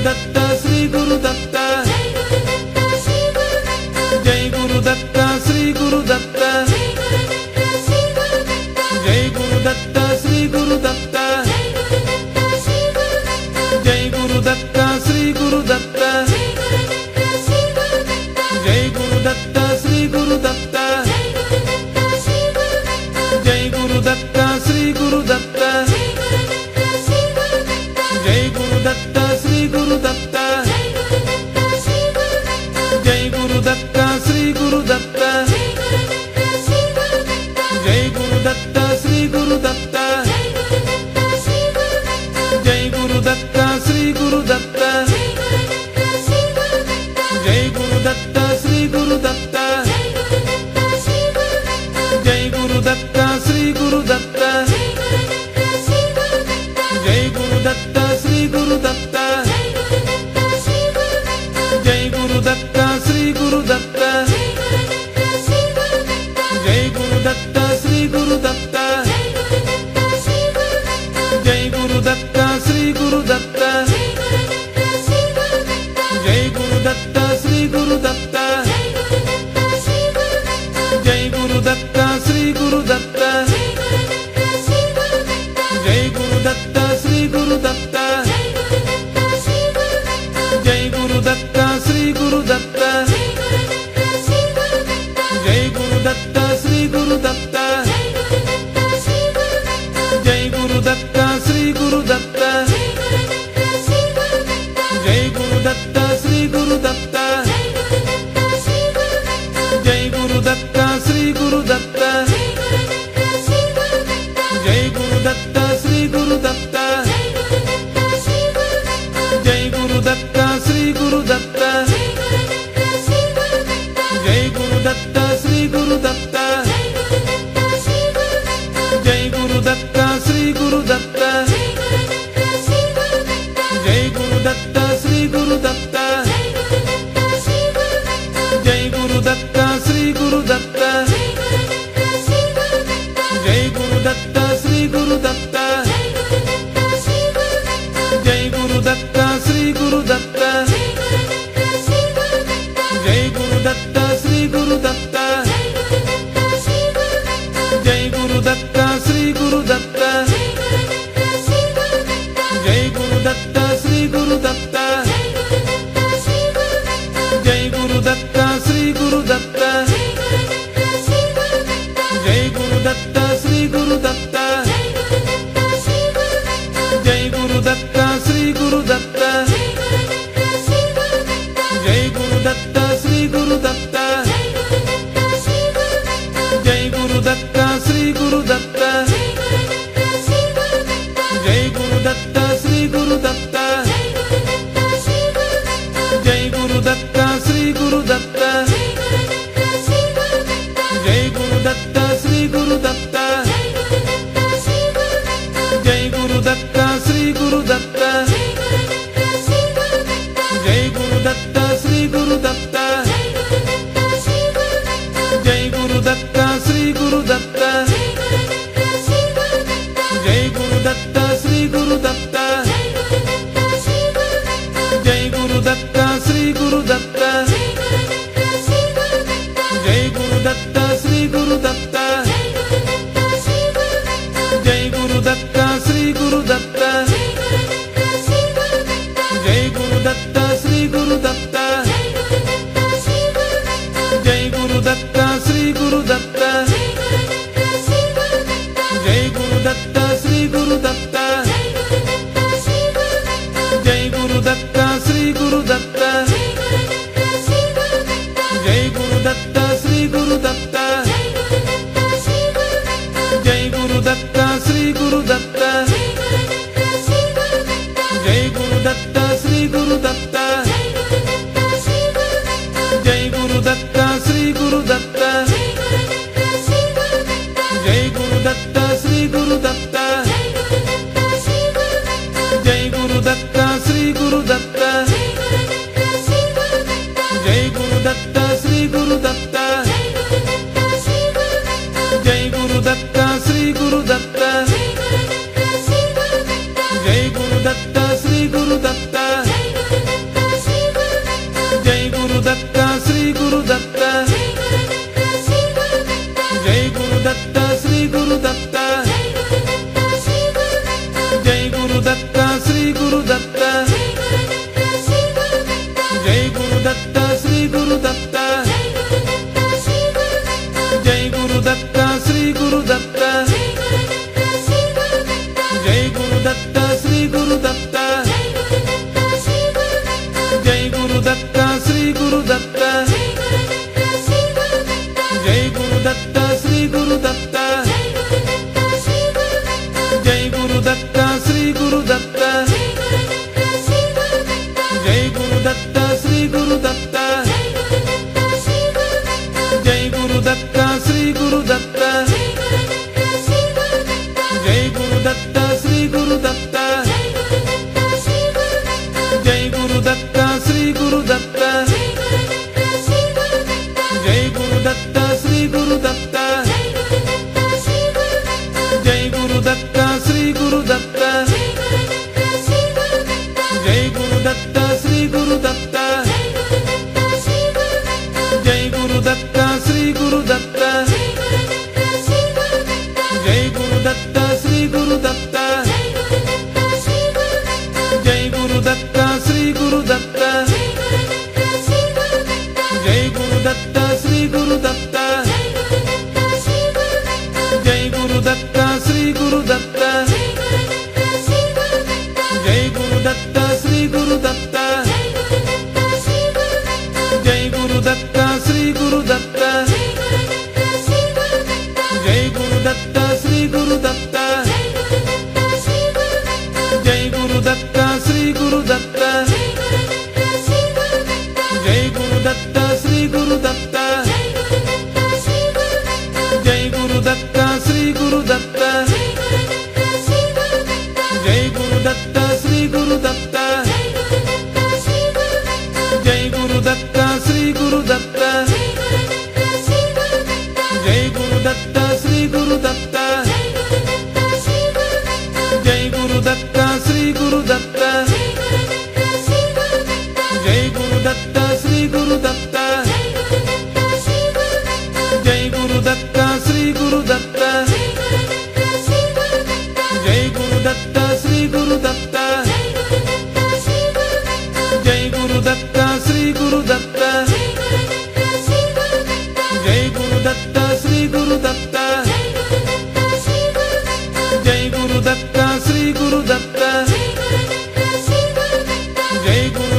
Speaker 1: దత్త శ్రీ గురు దత్త
Speaker 2: జై గురు దత్త శ్రీ గురు దత్త
Speaker 1: జై గురు దత్త శ్రీ గురు దత్త
Speaker 2: జై గురు దత్త శ్రీ గురు దత్త
Speaker 1: జై గురు దత్త శ్రీ గురు దత్త
Speaker 2: జై గురు దత్త శ్రీ గురు దత్త
Speaker 1: జై గురు దత్త శ్రీ గురు దత్త
Speaker 2: జై గురు దత్త శ్రీ గురు దత్త
Speaker 1: జై గురు దత్త శ్రీ గురు దత్త
Speaker 2: జై గురు దత్త శ్రీ గురు దత్త
Speaker 1: జై గురు దత్త శ్రీ గురు దత్త
Speaker 2: జై గురు దత్త శ్రీ గురు దత్త
Speaker 1: జై గురు దత్త శ్రీ గురు దత్త
Speaker 2: జై గురు దత్త శ్రీ గురు దత్త
Speaker 1: జై గురు దత్త శ్రీ గురు దత్త
Speaker 2: జై గురు దత్త శ్రీ గురు దత్త
Speaker 1: జై గురు దత్త శ్రీ గురు దత్త
Speaker 2: జై గురు దత్త శ్రీ గురు దత్త
Speaker 1: జై గురు దత్త శ్రీ గురు దత్త
Speaker 2: జై గురు దత్త శ్రీ గురు దత్త
Speaker 1: జై గురు దత్త శ్రీ గురు దత్త
Speaker 2: జై గురు దత్త శ్రీ
Speaker 1: జై గురు దత్త శ్రీ గురు దత్త
Speaker 2: గురు దత్త జై గురు దత్త శ్రీ
Speaker 1: జై గురు దత్త శ్రీ గురు దత్త జై గురు దత్త శ్రీ గురు దత్త జై గురు దత్త శ్రీ గురు దత్త జై గురు దత్త శ్రీ గురు దత్త జై గురు దత్త శ్రీ గురు దత్త జై గురు దత్త శ్రీ గురు దత్త జై
Speaker 2: గురు దత్త జై గురు దత్త శ్రీ గురు దత్త జై గురు దత్త శ్రీ గురు దత్త జై గురు దత్త శ్రీ గురు దత్త జై గురు దత్త శ్రీ గురు దత్త జై గురు దత్త శ్రీ గురు దత్త జై గురు దత్త శ్రీ గురు దత్త
Speaker 1: గురు దత్త శ్రీ గురు దత్త
Speaker 2: జై గురు దత్త శ్రీ
Speaker 1: జై గురు దత్త శ్రీ గురు దత్త జై గురు దత్త శ్రీ గురు దత్త
Speaker 2: గురు దత్త జై గురు దత్త శ్రీ గురు దత్త జై
Speaker 1: జై గురు దత్త శ్రీ గురు దత్త జై గురు దత్త శ్రీ గురు దత్త జై గురు దత్త శ్రీ
Speaker 2: గురు దత్త శ్రీ గురు దత్త జై గురు దత్త శ్రీ గురు దత్త జై గురు దత్త శ్రీ గురు దత్త
Speaker 1: గురు దత్త
Speaker 2: జై గురు దత్త శ్రీ గురు దత్త
Speaker 1: జై గురు దత్త శ్రీ గురు దత్త
Speaker 2: జై గురు దత్త శ్రీ గురు దత్త
Speaker 1: జై గురు దత్త శ్రీ గురు దత్త
Speaker 2: జై గురు దత్త శ్రీ గురు దత్త
Speaker 1: జై గురు దత్త శ్రీ గురు దత్త
Speaker 2: జై గురు దత్త శ్రీ
Speaker 1: జై గురు దత్త శ్రీ
Speaker 2: గురు దత్త
Speaker 1: గురు దత్త
Speaker 2: జై గురు దత్త శ్రీ గురు దత్త
Speaker 1: జై గురు దత్త శ్రీ గురు దత్త
Speaker 2: జై గురు దత్త శ్రీ గురు దత్త
Speaker 1: జై గురు దత్త శ్రీ గురు దత్త
Speaker 2: జై గురు దత్త శ్రీ గురు దత్త
Speaker 1: జై గురు దత్త శ్రీ గురు దత్త
Speaker 2: జై గురు దత్త శ్రీ గురు దత్త
Speaker 1: జై గురు దత్త శ్రీ గురు దత్త
Speaker 2: జై గురు దత్త శ్రీ గురు దత్త
Speaker 1: జై గురు దత్త శ్రీ గురు దత్త
Speaker 2: జై గురు దత్త శ్రీ గురు దత్త
Speaker 1: జై గురు దత్త శ్రీ గురు దత్త
Speaker 2: జై గురు దత్త శ్రీ గురు దత్త
Speaker 1: జై గురు దత్త శ్రీ గురు దత్త
Speaker 2: జై గురు దత్త శ్రీ గురు దత్త
Speaker 1: జై గురు దత్త శ్రీ గురు దత్త
Speaker 2: జై గురు దత్త శ్రీ గురు
Speaker 1: జై గురు దత్త
Speaker 2: దత్త
Speaker 1: శ్రీ గురు దత్త
Speaker 2: జై
Speaker 1: జై గురు దత్త శ్రీ గురు దత్త జై గురు దత్త శ్రీ గురు దత్త జై గురు దత్త శ్రీ గురు దత్త జై గురు దత్త శ్రీ గురు దత్త జై గురు దత్త శ్రీ గురు దత్త జై గురు దత్త శ్రీ గురు
Speaker 2: గురు దత్త శ్రీ గురు దత్త జై గురు దత్త శ్రీ గురు దత్త జై గురు దత్త శ్రీ గురు దత్త జై గురు దత్త శ్రీ గురు దత్త జై గురు దత్త శ్రీ గురు దత్త జై గురు దత్త శ్రీ గురు దత్త
Speaker 1: దత్త జై గురు దత్త శ్రీ గురు దత్త
Speaker 2: జై గురు దత్త శ్రీ గురు దత్త జై గురు దత్త శ్రీ గురు దత్త
Speaker 1: జై గురు దత్త శ్రీ గురు దత్త జై గురు దత్త శ్రీ గురు దత్త జై గురు దత్త శ్రీ గురు దత్త జై గురు దత్త శ్రీ గురు దత్త జై గురు దత్త శ్రీ గురు దత్త జై
Speaker 2: జై గురు దత్త శ్రీ గురు దత్త జై గురు దత్త శ్రీ గురు దత్త జై గురు దత్త శ్రీ గురు దత్త జై గురు దత్త శ్రీ గురు దత్త జై గురు దత్త శ్రీ గురు దత్త
Speaker 1: గురు దత్త శ్రీ గురు దత్త
Speaker 2: జై గురు దత్త శ్రీ గురు దత్త
Speaker 1: జై గురు దత్త శ్రీ గురు దత్త
Speaker 2: జై గురు దత్త శ్రీ గురు దత్త
Speaker 1: జై గురు దత్త శ్రీ గురు దత్త
Speaker 2: జై గురు దత్త శ్రీ గురు దత్త
Speaker 1: జై గురు దత్త శ్రీ గురు దత్త
Speaker 2: జై గురు దత్త శ్రీ గురు దత్త
Speaker 1: జై గురు దత్త శ్రీ గురు దత్త
Speaker 2: జై గురు దత్త శ్రీ గురు దత్త
Speaker 1: జై గురు దత్త శ్రీ గురు దత్త
Speaker 2: జై గురు దత్త శ్రీ గురు దత్త
Speaker 1: జై గురు దత్త శ్రీ గురు దత్త
Speaker 2: జై గురు దత్త శ్రీ
Speaker 1: జై గురు దత్త శ్రీ గురు దత్త జై గురు దత్త శ్రీ గురు దత్త జై గురు దత్త శ్రీ గురు దత్త జై గురు దత్త శ్రీ గురు దత్త
Speaker 2: గురు దత్త జై గురు దత్త శ్రీ గురు దత్త జై గురు దత్త శ్రీ గురు దత్త జై గురు దత్త శ్రీ గురు దత్త జై గురు దత్త శ్రీ గురు
Speaker 1: జై గురు దత్త శ్రీ
Speaker 2: దత్త
Speaker 1: గురు దత్త జై గురు దత్త శ్రీ గురు దత్త
Speaker 2: జై గురు దత్త శ్రీ గురు దత్త జై గురు దత్త శ్రీ గురు
Speaker 1: జై గురు దత్త
Speaker 2: దత్త
Speaker 1: శ్రీ గురు దత్త
Speaker 2: జై గురు దత్త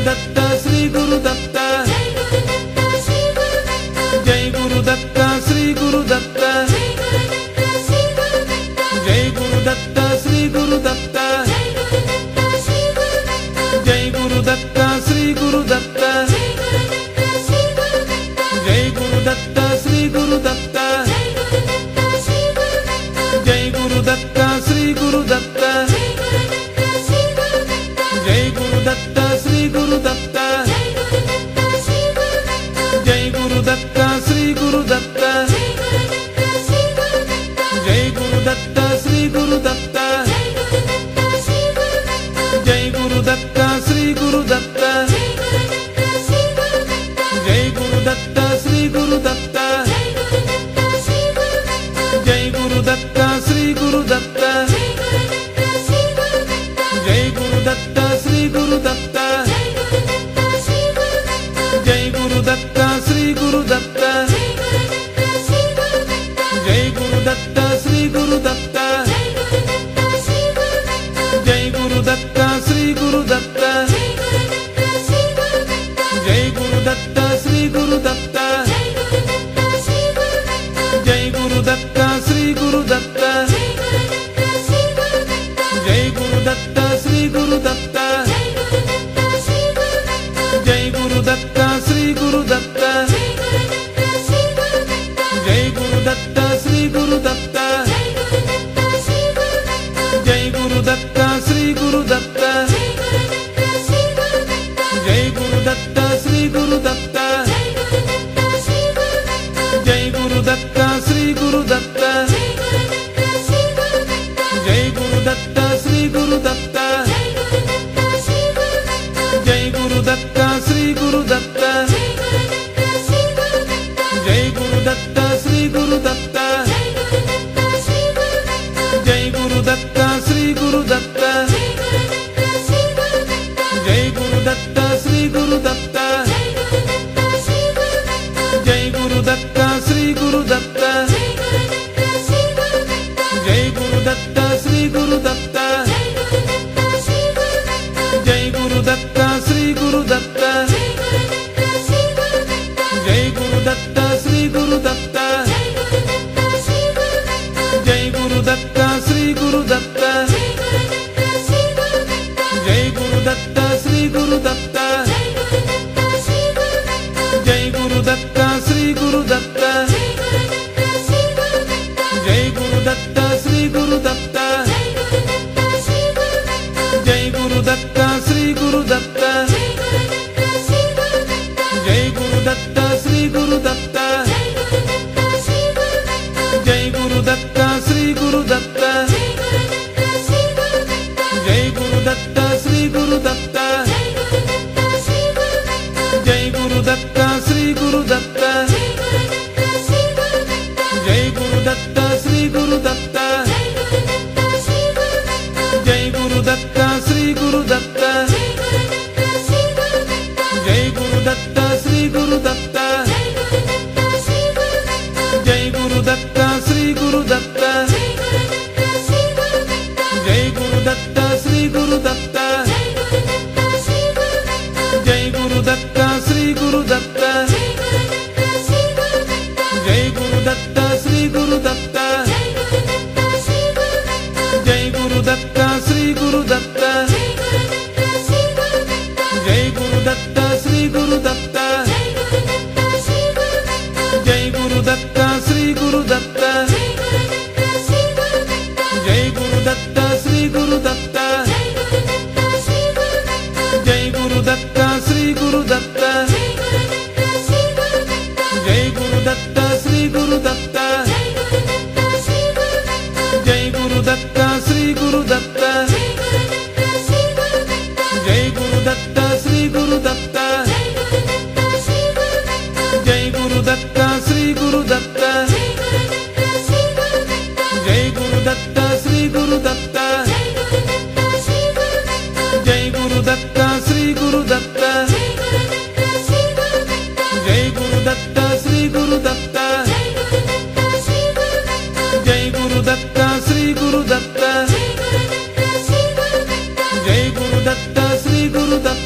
Speaker 1: దత్త శ్రీ గురు దత్త
Speaker 2: జై గురుదత్త శ్రీ గురుదత్త
Speaker 1: జై గురు దత్త శ్రీ గురు దత్త
Speaker 2: జై గురుదత్త
Speaker 1: జై
Speaker 2: శ్రీ గురుదత్త
Speaker 1: గురు దత్త శ్రీ గురు దత్త
Speaker 2: జై గురుదత్త శ్రీ గురుదత్త
Speaker 1: జై గురు దత్త శ్రీ గురు దత్త
Speaker 2: జై గురుదత్త శ్రీ గురుదత్త
Speaker 1: జై గురు దత్త శ్రీ గురు దత్త
Speaker 2: జై గురుదత్త శ్రీ గురుదత్త
Speaker 1: జై గురు దత్త శ్రీ గురు దత్త
Speaker 2: జై గురుదత్త శ్రీ గురుదత్త
Speaker 1: జై గురు దత్త శ్రీ గురు దత్త
Speaker 2: జై గురుదత్త శ్రీ గురుదత్త
Speaker 1: జై గురు దత్త శ్రీ గురు దత్త
Speaker 2: జై గురుదత్త శ్రీ గురుదత్త
Speaker 1: జై గురు దత్త శ్రీ గురు దత్త
Speaker 2: జై గురుదత్త శ్రీ గురుదత్త
Speaker 1: జై గురు దత్త శ్రీ గురు దత్త
Speaker 2: జై గురుదత్త శ్రీ గురుదత్త
Speaker 1: జై గురు దత్త శ్రీ గురు దత్త
Speaker 2: జై
Speaker 1: జై
Speaker 2: గురుదత్త శ్రీ గురుదత్త
Speaker 1: గురు దత్త శ్రీ గురు దత్త జై గురు దత్త శ్రీ
Speaker 2: జై గురుదత్త శ్రీ గురుదత్త
Speaker 1: గురు దత్త జై గురు దత్త శ్రీ గురు దత్త
Speaker 2: జై గురుదత్త శ్రీ గురుదత్త జై గురుదత్త శ్రీ
Speaker 1: జై గురు దత్త శ్రీ గురు దత్త జై గురు దత్త శ్రీ గురు దత్త జై గురు దత్త శ్రీ గురు దత్త జై గురు దత్త శ్రీ గురు దత్త జై గురు దత్త శ్రీ గురు దత్త జై గురు దత్త శ్రీ గురు దత్త జై గురు దత్త శ్రీ గురు దత్త జై గురు దత్త శ్రీ గురు దత్త జై
Speaker 2: గురుదత్త జై గురుదత్త శ్రీ గురుదత్త జై గురుదత్త శ్రీ గురుదత్త జై గురుదత్త శ్రీ గురుదత్త జై గురుదత్త శ్రీ గురుదత్త జై గురుదత్త శ్రీ గురుదత్త జై గురుదత్త శ్రీ గురుదత్త జై గురుదత్త శ్రీ గురుదత్త జై గురుదత్త శ్రీ గురుదత్త
Speaker 1: గురు దత్త శ్రీ గురు దత్త జై గురు దత్త శ్రీ గురు దత్త జై
Speaker 2: జై గురుదత్త శ్రీ గురుదత్త జై గురుదత్త శ్రీ గురుదత్త
Speaker 1: గురు దత్త శ్రీ గురు దత్త
Speaker 2: జై గురుదత్త శ్రీ గురుదత్త
Speaker 1: జై గురు దత్త శ్రీ గురు దత్త
Speaker 2: జై గురుదత్త శ్రీ గురుదత్త
Speaker 1: జై గురు దత్త శ్రీ గురు దత్త
Speaker 2: జై గురుదత్త శ్రీ గురుదత్త
Speaker 1: జై గురు దత్త శ్రీ గురు దత్త
Speaker 2: జై గురుదత్త శ్రీ గురుదత్త
Speaker 1: జై గురు దత్త శ్రీ గురు దత్త
Speaker 2: జై గురుదత్త శ్రీ గురుదత్త
Speaker 1: జై గురు దత్త శ్రీ గురు దత్త
Speaker 2: జై గురుదత్త శ్రీ గురుదత్త
Speaker 1: జై గురు దత్త శ్రీ గురు దత్త
Speaker 2: జై గురుదత్త శ్రీ గురుదత్త
Speaker 1: జై గురు దత్త శ్రీ గురు దత్త
Speaker 2: జై గురుదత్త శ్రీ గురుదత్త
Speaker 1: జై గురు దత్త శ్రీ గురు దత్త
Speaker 2: జై గురుదత్త శ్రీ
Speaker 1: జై
Speaker 2: గురుదత్త
Speaker 1: గురు దత్త శ్రీ గురు దత్త
Speaker 2: జై గురుదత్త శ్రీ గురుదత్త
Speaker 1: జై గురు దత్త శ్రీ గురు దత్త
Speaker 2: జై గురుదత్త శ్రీ గురుదత్త
Speaker 1: జై గురు దత్త శ్రీ గురు దత్త
Speaker 2: జై గురుదత్త
Speaker 1: జై గురు దత్త
Speaker 2: శ్రీ గురుదత్త
Speaker 1: శ్రీ గురు దత్త జై గురు దత్త శ్రీ గురు దత్త జై గురు దత్త శ్రీ గురు దత్త జై గురు దత్త శ్రీ గురు దత్త జై గురు దత్త శ్రీ గురు దత్త జై గురు దత్త శ్రీ గురు దత్త జై గురు దత్త శ్రీ గురు దత్త జై గురు దత్త శ్రీ
Speaker 2: జై గురుదత్త శ్రీ గురుదత్త జై గురుదత్త శ్రీ గురుదత్త జై గురుదత్త శ్రీ గురుదత్త జై గురుదత్త శ్రీ గురుదత్త జై గురుదత్త శ్రీ గురుదత్త జై గురుదత్త శ్రీ గురుదత్త జై గురుదత్త శ్రీ గురుదత్త
Speaker 1: గురు దత్త
Speaker 2: జై గురుదత్త
Speaker 1: జై గురు దత్త శ్రీ గురు దత్త జై గురు దత్త శ్రీ గురు దత్త జై గురు దత్త శ్రీ గురు దత్త జై గురు దత్త శ్రీ గురు దత్త
Speaker 2: శ్రీ గురుదత్త జై గురుదత్త శ్రీ గురుదత్త జై గురుదత్త శ్రీ గురుదత్త జై గురుదత్త శ్రీ గురుదత్త జై గురుదత్త శ్రీ గురుదత్త
Speaker 1: జై గురు దత్త శ్రీ గురు దత్త
Speaker 2: జై గురుదత్త శ్రీ గురుదత్త
Speaker 1: జై గురు దత్త శ్రీ గురు దత్త
Speaker 2: జై గురుదత్త శ్రీ గురుదత్త
Speaker 1: జై గురు దత్త శ్రీ గురు దత్త
Speaker 2: జై గురుదత్త శ్రీ గురుదత్త
Speaker 1: జై గురు దత్త శ్రీ గురు దత్త
Speaker 2: జై గురుదత్త శ్రీ గురుదత్త
Speaker 1: జై గురు దత్త శ్రీ గురు దత్త
Speaker 2: జై గురుదత్త శ్రీ గురుదత్త
Speaker 1: జై గురు దత్త శ్రీ గురు దత్త
Speaker 2: జై గురుదత్త శ్రీ గురుదత్త
Speaker 1: జై గురు దత్త శ్రీ గురు దత్త
Speaker 2: జై గురుదత్త శ్రీ
Speaker 1: జై గురు దత్త
Speaker 2: గురుదత్త
Speaker 1: శ్రీ గురు దత్త
Speaker 2: జై గురుదత్త శ్రీ గురుదత్త
Speaker 1: జై గురు దత్త శ్రీ గురు దత్త
Speaker 2: జై
Speaker 1: జై
Speaker 2: గురుదత్త శ్రీ గురుదత్త
Speaker 1: గురు దత్త శ్రీ గురు దత్త జై గురు దత్త శ్రీ గురు దత్త జై గురు దత్త శ్రీ గురు దత్త జై గురు దత్త శ్రీ గురు దత్త జై గురు దత్త శ్రీ గురు దత్త జై గురు దత్త శ్రీ
Speaker 2: జై గురుదత్త శ్రీ గురుదత్త జై గురుదత్త శ్రీ గురుదత్త జై గురుదత్త శ్రీ గురుదత్త జై గురుదత్త శ్రీ గురుదత్త జై గురుదత్త శ్రీ గురుదత్త
Speaker 1: గురు దత్త
Speaker 2: జై గురుదత్త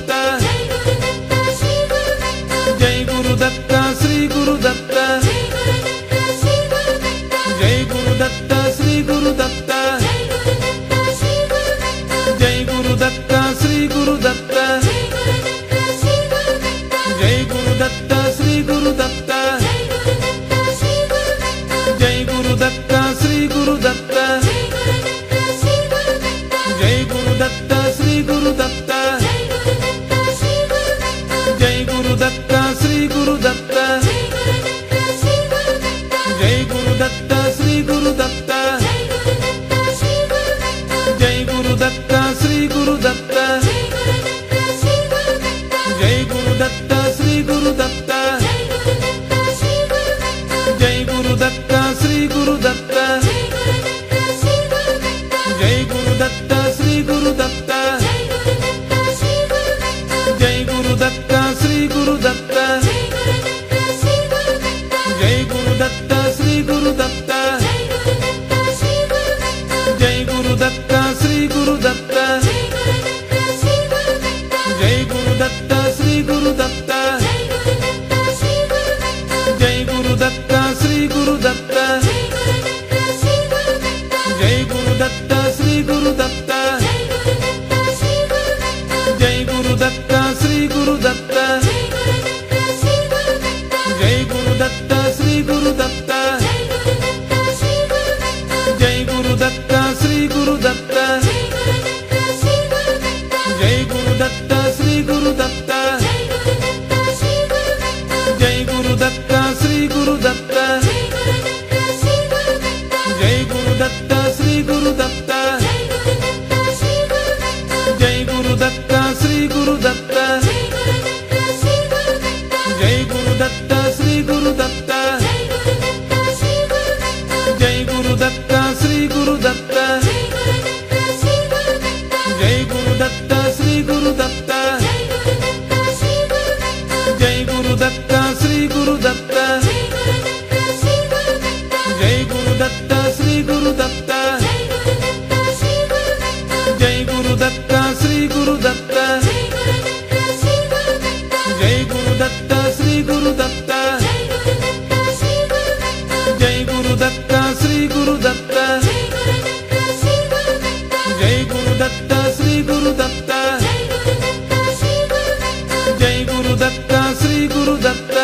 Speaker 1: దత్త శ్రీ గురు దత్త
Speaker 2: జై గురుదత్త శ్రీ గురుదత్త
Speaker 1: జై గురు దత్త శ్రీ గురు దత్త
Speaker 2: జై గురుదత్త
Speaker 1: జై
Speaker 2: శ్రీ గురుదత్త
Speaker 1: గురు దత్త శ్రీ గురు దత్త
Speaker 2: జై గురుదత్త శ్రీ గురుదత్త
Speaker 1: జై గురు దత్త శ్రీ గురు దత్త
Speaker 2: జై గురుదత్త శ్రీ గురుదత్త
Speaker 1: జై గురు దత్త శ్రీ గురు దత్త
Speaker 2: జై గురుదత్త శ్రీ గురుదత్త
Speaker 1: జై గురు దత్త శ్రీ గురు దత్త
Speaker 2: జై గురుదత్త శ్రీ గురుదత్త
Speaker 1: జై గురు దత్త శ్రీ గురు దత్త
Speaker 2: జై గురుదత్త శ్రీ గురుదత్త
Speaker 1: జై గురు దత్త శ్రీ గురు దత్త
Speaker 2: జై గురుదత్త శ్రీ గురుదత్త
Speaker 1: జై గురు దత్త శ్రీ గురు దత్త
Speaker 2: జై గురుదత్త శ్రీ గురుదత్త
Speaker 1: జై గురు దత్త శ్రీ గురు దత్త
Speaker 2: జై గురుదత్త శ్రీ గురుదత్త
Speaker 1: జై గురు దత్త శ్రీ గురు దత్త
Speaker 2: జై గురుదత్త శ్రీ గురుదత్త
Speaker 1: జై గురు దత్త శ్రీ గురు దత్త
Speaker 2: జై
Speaker 1: జై
Speaker 2: గురుదత్త శ్రీ గురుదత్త
Speaker 1: గురు దత్త శ్రీ గురు దత్త జై గురు దత్త శ్రీ గురు దత్త జై గురు దత్త శ్రీ గురు దత్త జై గురు దత్త శ్రీ గురు దత్త జై గురు దత్త శ్రీ గురు దత్త జై గురు దత్త శ్రీ గురు దత్త జై గురు దత్త శ్రీ గురు దత్త జై గురు దత్త శ్రీ గురు దత్త జై గురు దత్త శ్రీ గురు దత్త జై గురు దత్త శ్రీ గురు దత్త జై గురు దత్త శ్రీ గురు దత్త జై గురు దత్త శ్రీ
Speaker 2: జై గురుదత్త శ్రీ గురుదత్త జై గురుదత్త శ్రీ గురుదత్త జై గురుదత్త శ్రీ గురుదత్త జై గురుదత్త శ్రీ గురుదత్త జై గురుదత్త శ్రీ గురుదత్త జై గురుదత్త శ్రీ గురుదత్త జై గురుదత్త శ్రీ గురుదత్త జై గురుదత్త శ్రీ గురుదత్త జై గురుదత్త శ్రీ గురుదత్త జై గురుదత్త శ్రీ గురుదత్త జై గురుదత్త శ్రీ గురుదత్త
Speaker 1: గురు దత్త
Speaker 2: జై గురుదత్త శ్రీ గురుదత్త
Speaker 1: జై గురు దత్త శ్రీ గురు దత్త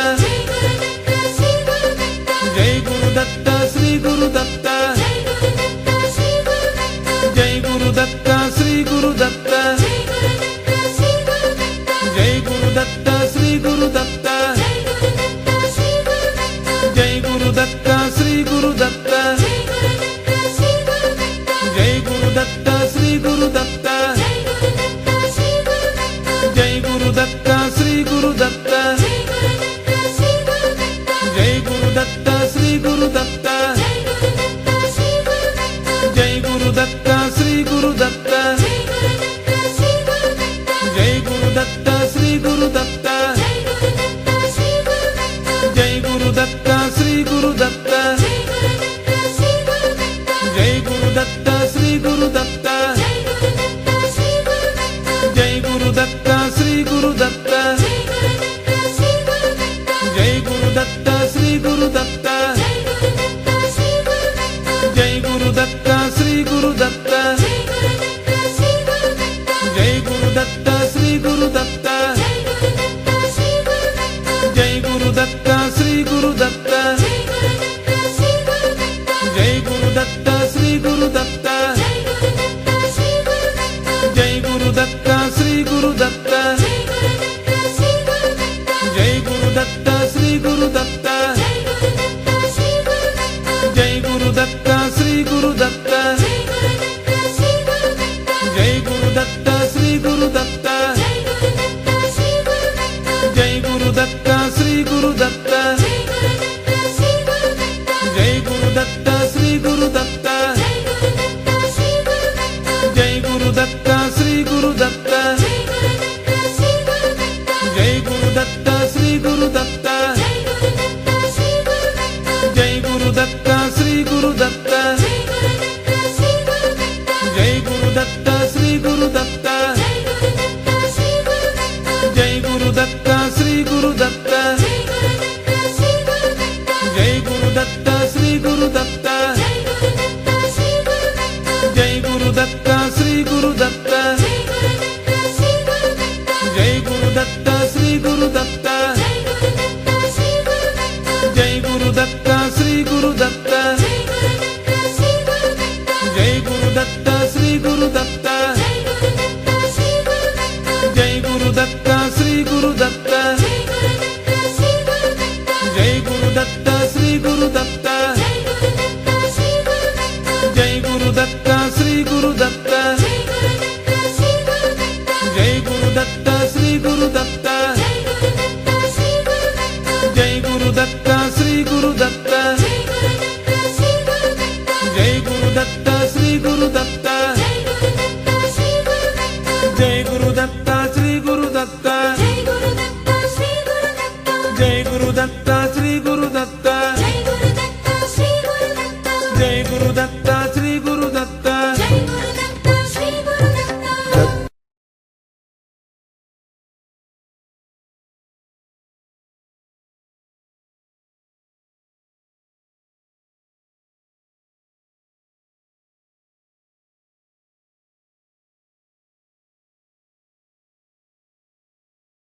Speaker 2: జై
Speaker 1: జై
Speaker 2: గురుదత్త శ్రీ గురుదత్త
Speaker 1: గురు దత్త శ్రీ గురు దత్త
Speaker 2: జై గురుదత్త శ్రీ గురుదత్త
Speaker 1: జై గురు దత్త శ్రీ గురు దత్త
Speaker 2: జై
Speaker 1: జై
Speaker 2: గురుదత్త శ్రీ గురుదత్త
Speaker 1: గురు దత్త శ్రీ గురు దత్త
Speaker 2: జై గురుదత్త శ్రీ గురుదత్త
Speaker 1: జై గురు దత్త శ్రీ గురు దత్త
Speaker 2: జై గురుదత్త శ్రీ గురుదత్త
Speaker 1: జై గురు దత్త శ్రీ గురు దత్త
Speaker 2: జై గురుదత్త శ్రీ గురుదత్త
Speaker 1: జై గురు దత్త శ్రీ గురు దత్త
Speaker 2: జై గురుదత్త శ్రీ గురుదత్త
Speaker 1: జై గురు దత్త శ్రీ గురు దత్త
Speaker 2: జై గురుదత్త శ్రీ గురుదత్త
Speaker 1: జై గురు దత్త శ్రీ గురు దత్త
Speaker 2: జై గురుదత్త శ్రీ గురుదత్త
Speaker 1: జై గురు దత్త శ్రీ గురు దత్త
Speaker 2: జై గురుదత్త శ్రీ గురుదత్త
Speaker 1: జై గురు దత్త శ్రీ గురు దత్త
Speaker 2: జై గురుదత్త శ్రీ గురుదత్త
Speaker 1: జై గురు దత్త శ్రీ గురు దత్త
Speaker 2: జై
Speaker 1: జై
Speaker 2: గురుదత్త శ్రీ గురుదత్త
Speaker 1: గురు దత్త శ్రీ గురు దత్త జై గురు దత్త శ్రీ గురు దత్త జై గురు దత్త శ్రీ గురు దత్త జై గురు దత్త
Speaker 2: జై గురుదత్త శ్రీ గురుదత్త జై గురుదత్త శ్రీ గురుదత్త జై గురుదత్త శ్రీ గురుదత్త
Speaker 1: శ్రీ గురు దత్త జై గురు దత్త శ్రీ గురు దత్త జై
Speaker 2: జై గురుదత్త శ్రీ గురుదత్త జై గురుదత్త శ్రీ గురుదత్త
Speaker 1: గురు దత్త శ్రీ గురు దత్త జై గురు దత్త శ్రీ గురు దత్త జై గురు దత్త శ్రీ గురు దత్త జై గురు దత్త శ్రీ గురు దత్త జై
Speaker 2: జై గురుదత్త శ్రీ గురుదత్త జై గురుదత్త శ్రీ గురుదత్త జై గురుదత్త శ్రీ గురుదత్త జై గురుదత్త శ్రీ గురుదత్త
Speaker 1: గురు దత్త శ్రీ గురు దత్త జై
Speaker 2: జై గురుదత్త శ్రీ గురుదత్త
Speaker 1: గురు దత్త శ్రీ గురు దత్త జై గురు దత్త శ్రీ గురు దత్త
Speaker 2: జై గురుదత్త శ్రీ గురుదత్త జై గురుదత్త శ్రీ గురుదత్త
Speaker 1: జై గురు దత్త శ్రీ గురు దత్త
Speaker 2: జై గురుదత్త శ్రీ గురుదత్త
Speaker 1: జై గురు దత్త శ్రీ గురు దత్త
Speaker 2: జై గురుదత్త శ్రీ గురుదత్త
Speaker 1: జై గురు దత్త శ్రీ గురు దత్త
Speaker 2: జై గురుదత్త శ్రీ గురుదత్త
Speaker 1: జై గురు దత్త శ్రీ గురు దత్త
Speaker 2: జై గురుదత్త శ్రీ గురుదత్త
Speaker 1: జై గురు దత్త శ్రీ గురు దత్త
Speaker 2: జై గురుదత్త శ్రీ గురుదత్త
Speaker 1: జై గురు దత్త శ్రీ గురు దత్త
Speaker 2: జై గురుదత్త శ్రీ
Speaker 1: జై గురు దత్త శ్రీ గురు దత్త జై గురు దత్త శ్రీ గురు దత్త జై గురు దత్త శ్రీ గురు దత్త జై గురు దత్త శ్రీ గురు దత్త జై గురు దత్త శ్రీ గురు దత్త
Speaker 2: గురుదత్త జై గురుదత్త శ్రీ గురుదత్త జై గురుదత్త శ్రీ గురుదత్త జై గురుదత్త శ్రీ గురుదత్త జై గురుదత్త శ్రీ గురుదత్త జై గురుదత్త శ్రీ గురుదత్త
Speaker 1: జై గురు దత్త శ్రీ గురు దత్త
Speaker 2: జై గురుదత్త
Speaker 1: గురుదత్త శ్రీ గురుదత్త
Speaker 2: జై గురుదత్త శ్రీ గురుదత్త
Speaker 1: జై గురుదత్త శ్రీ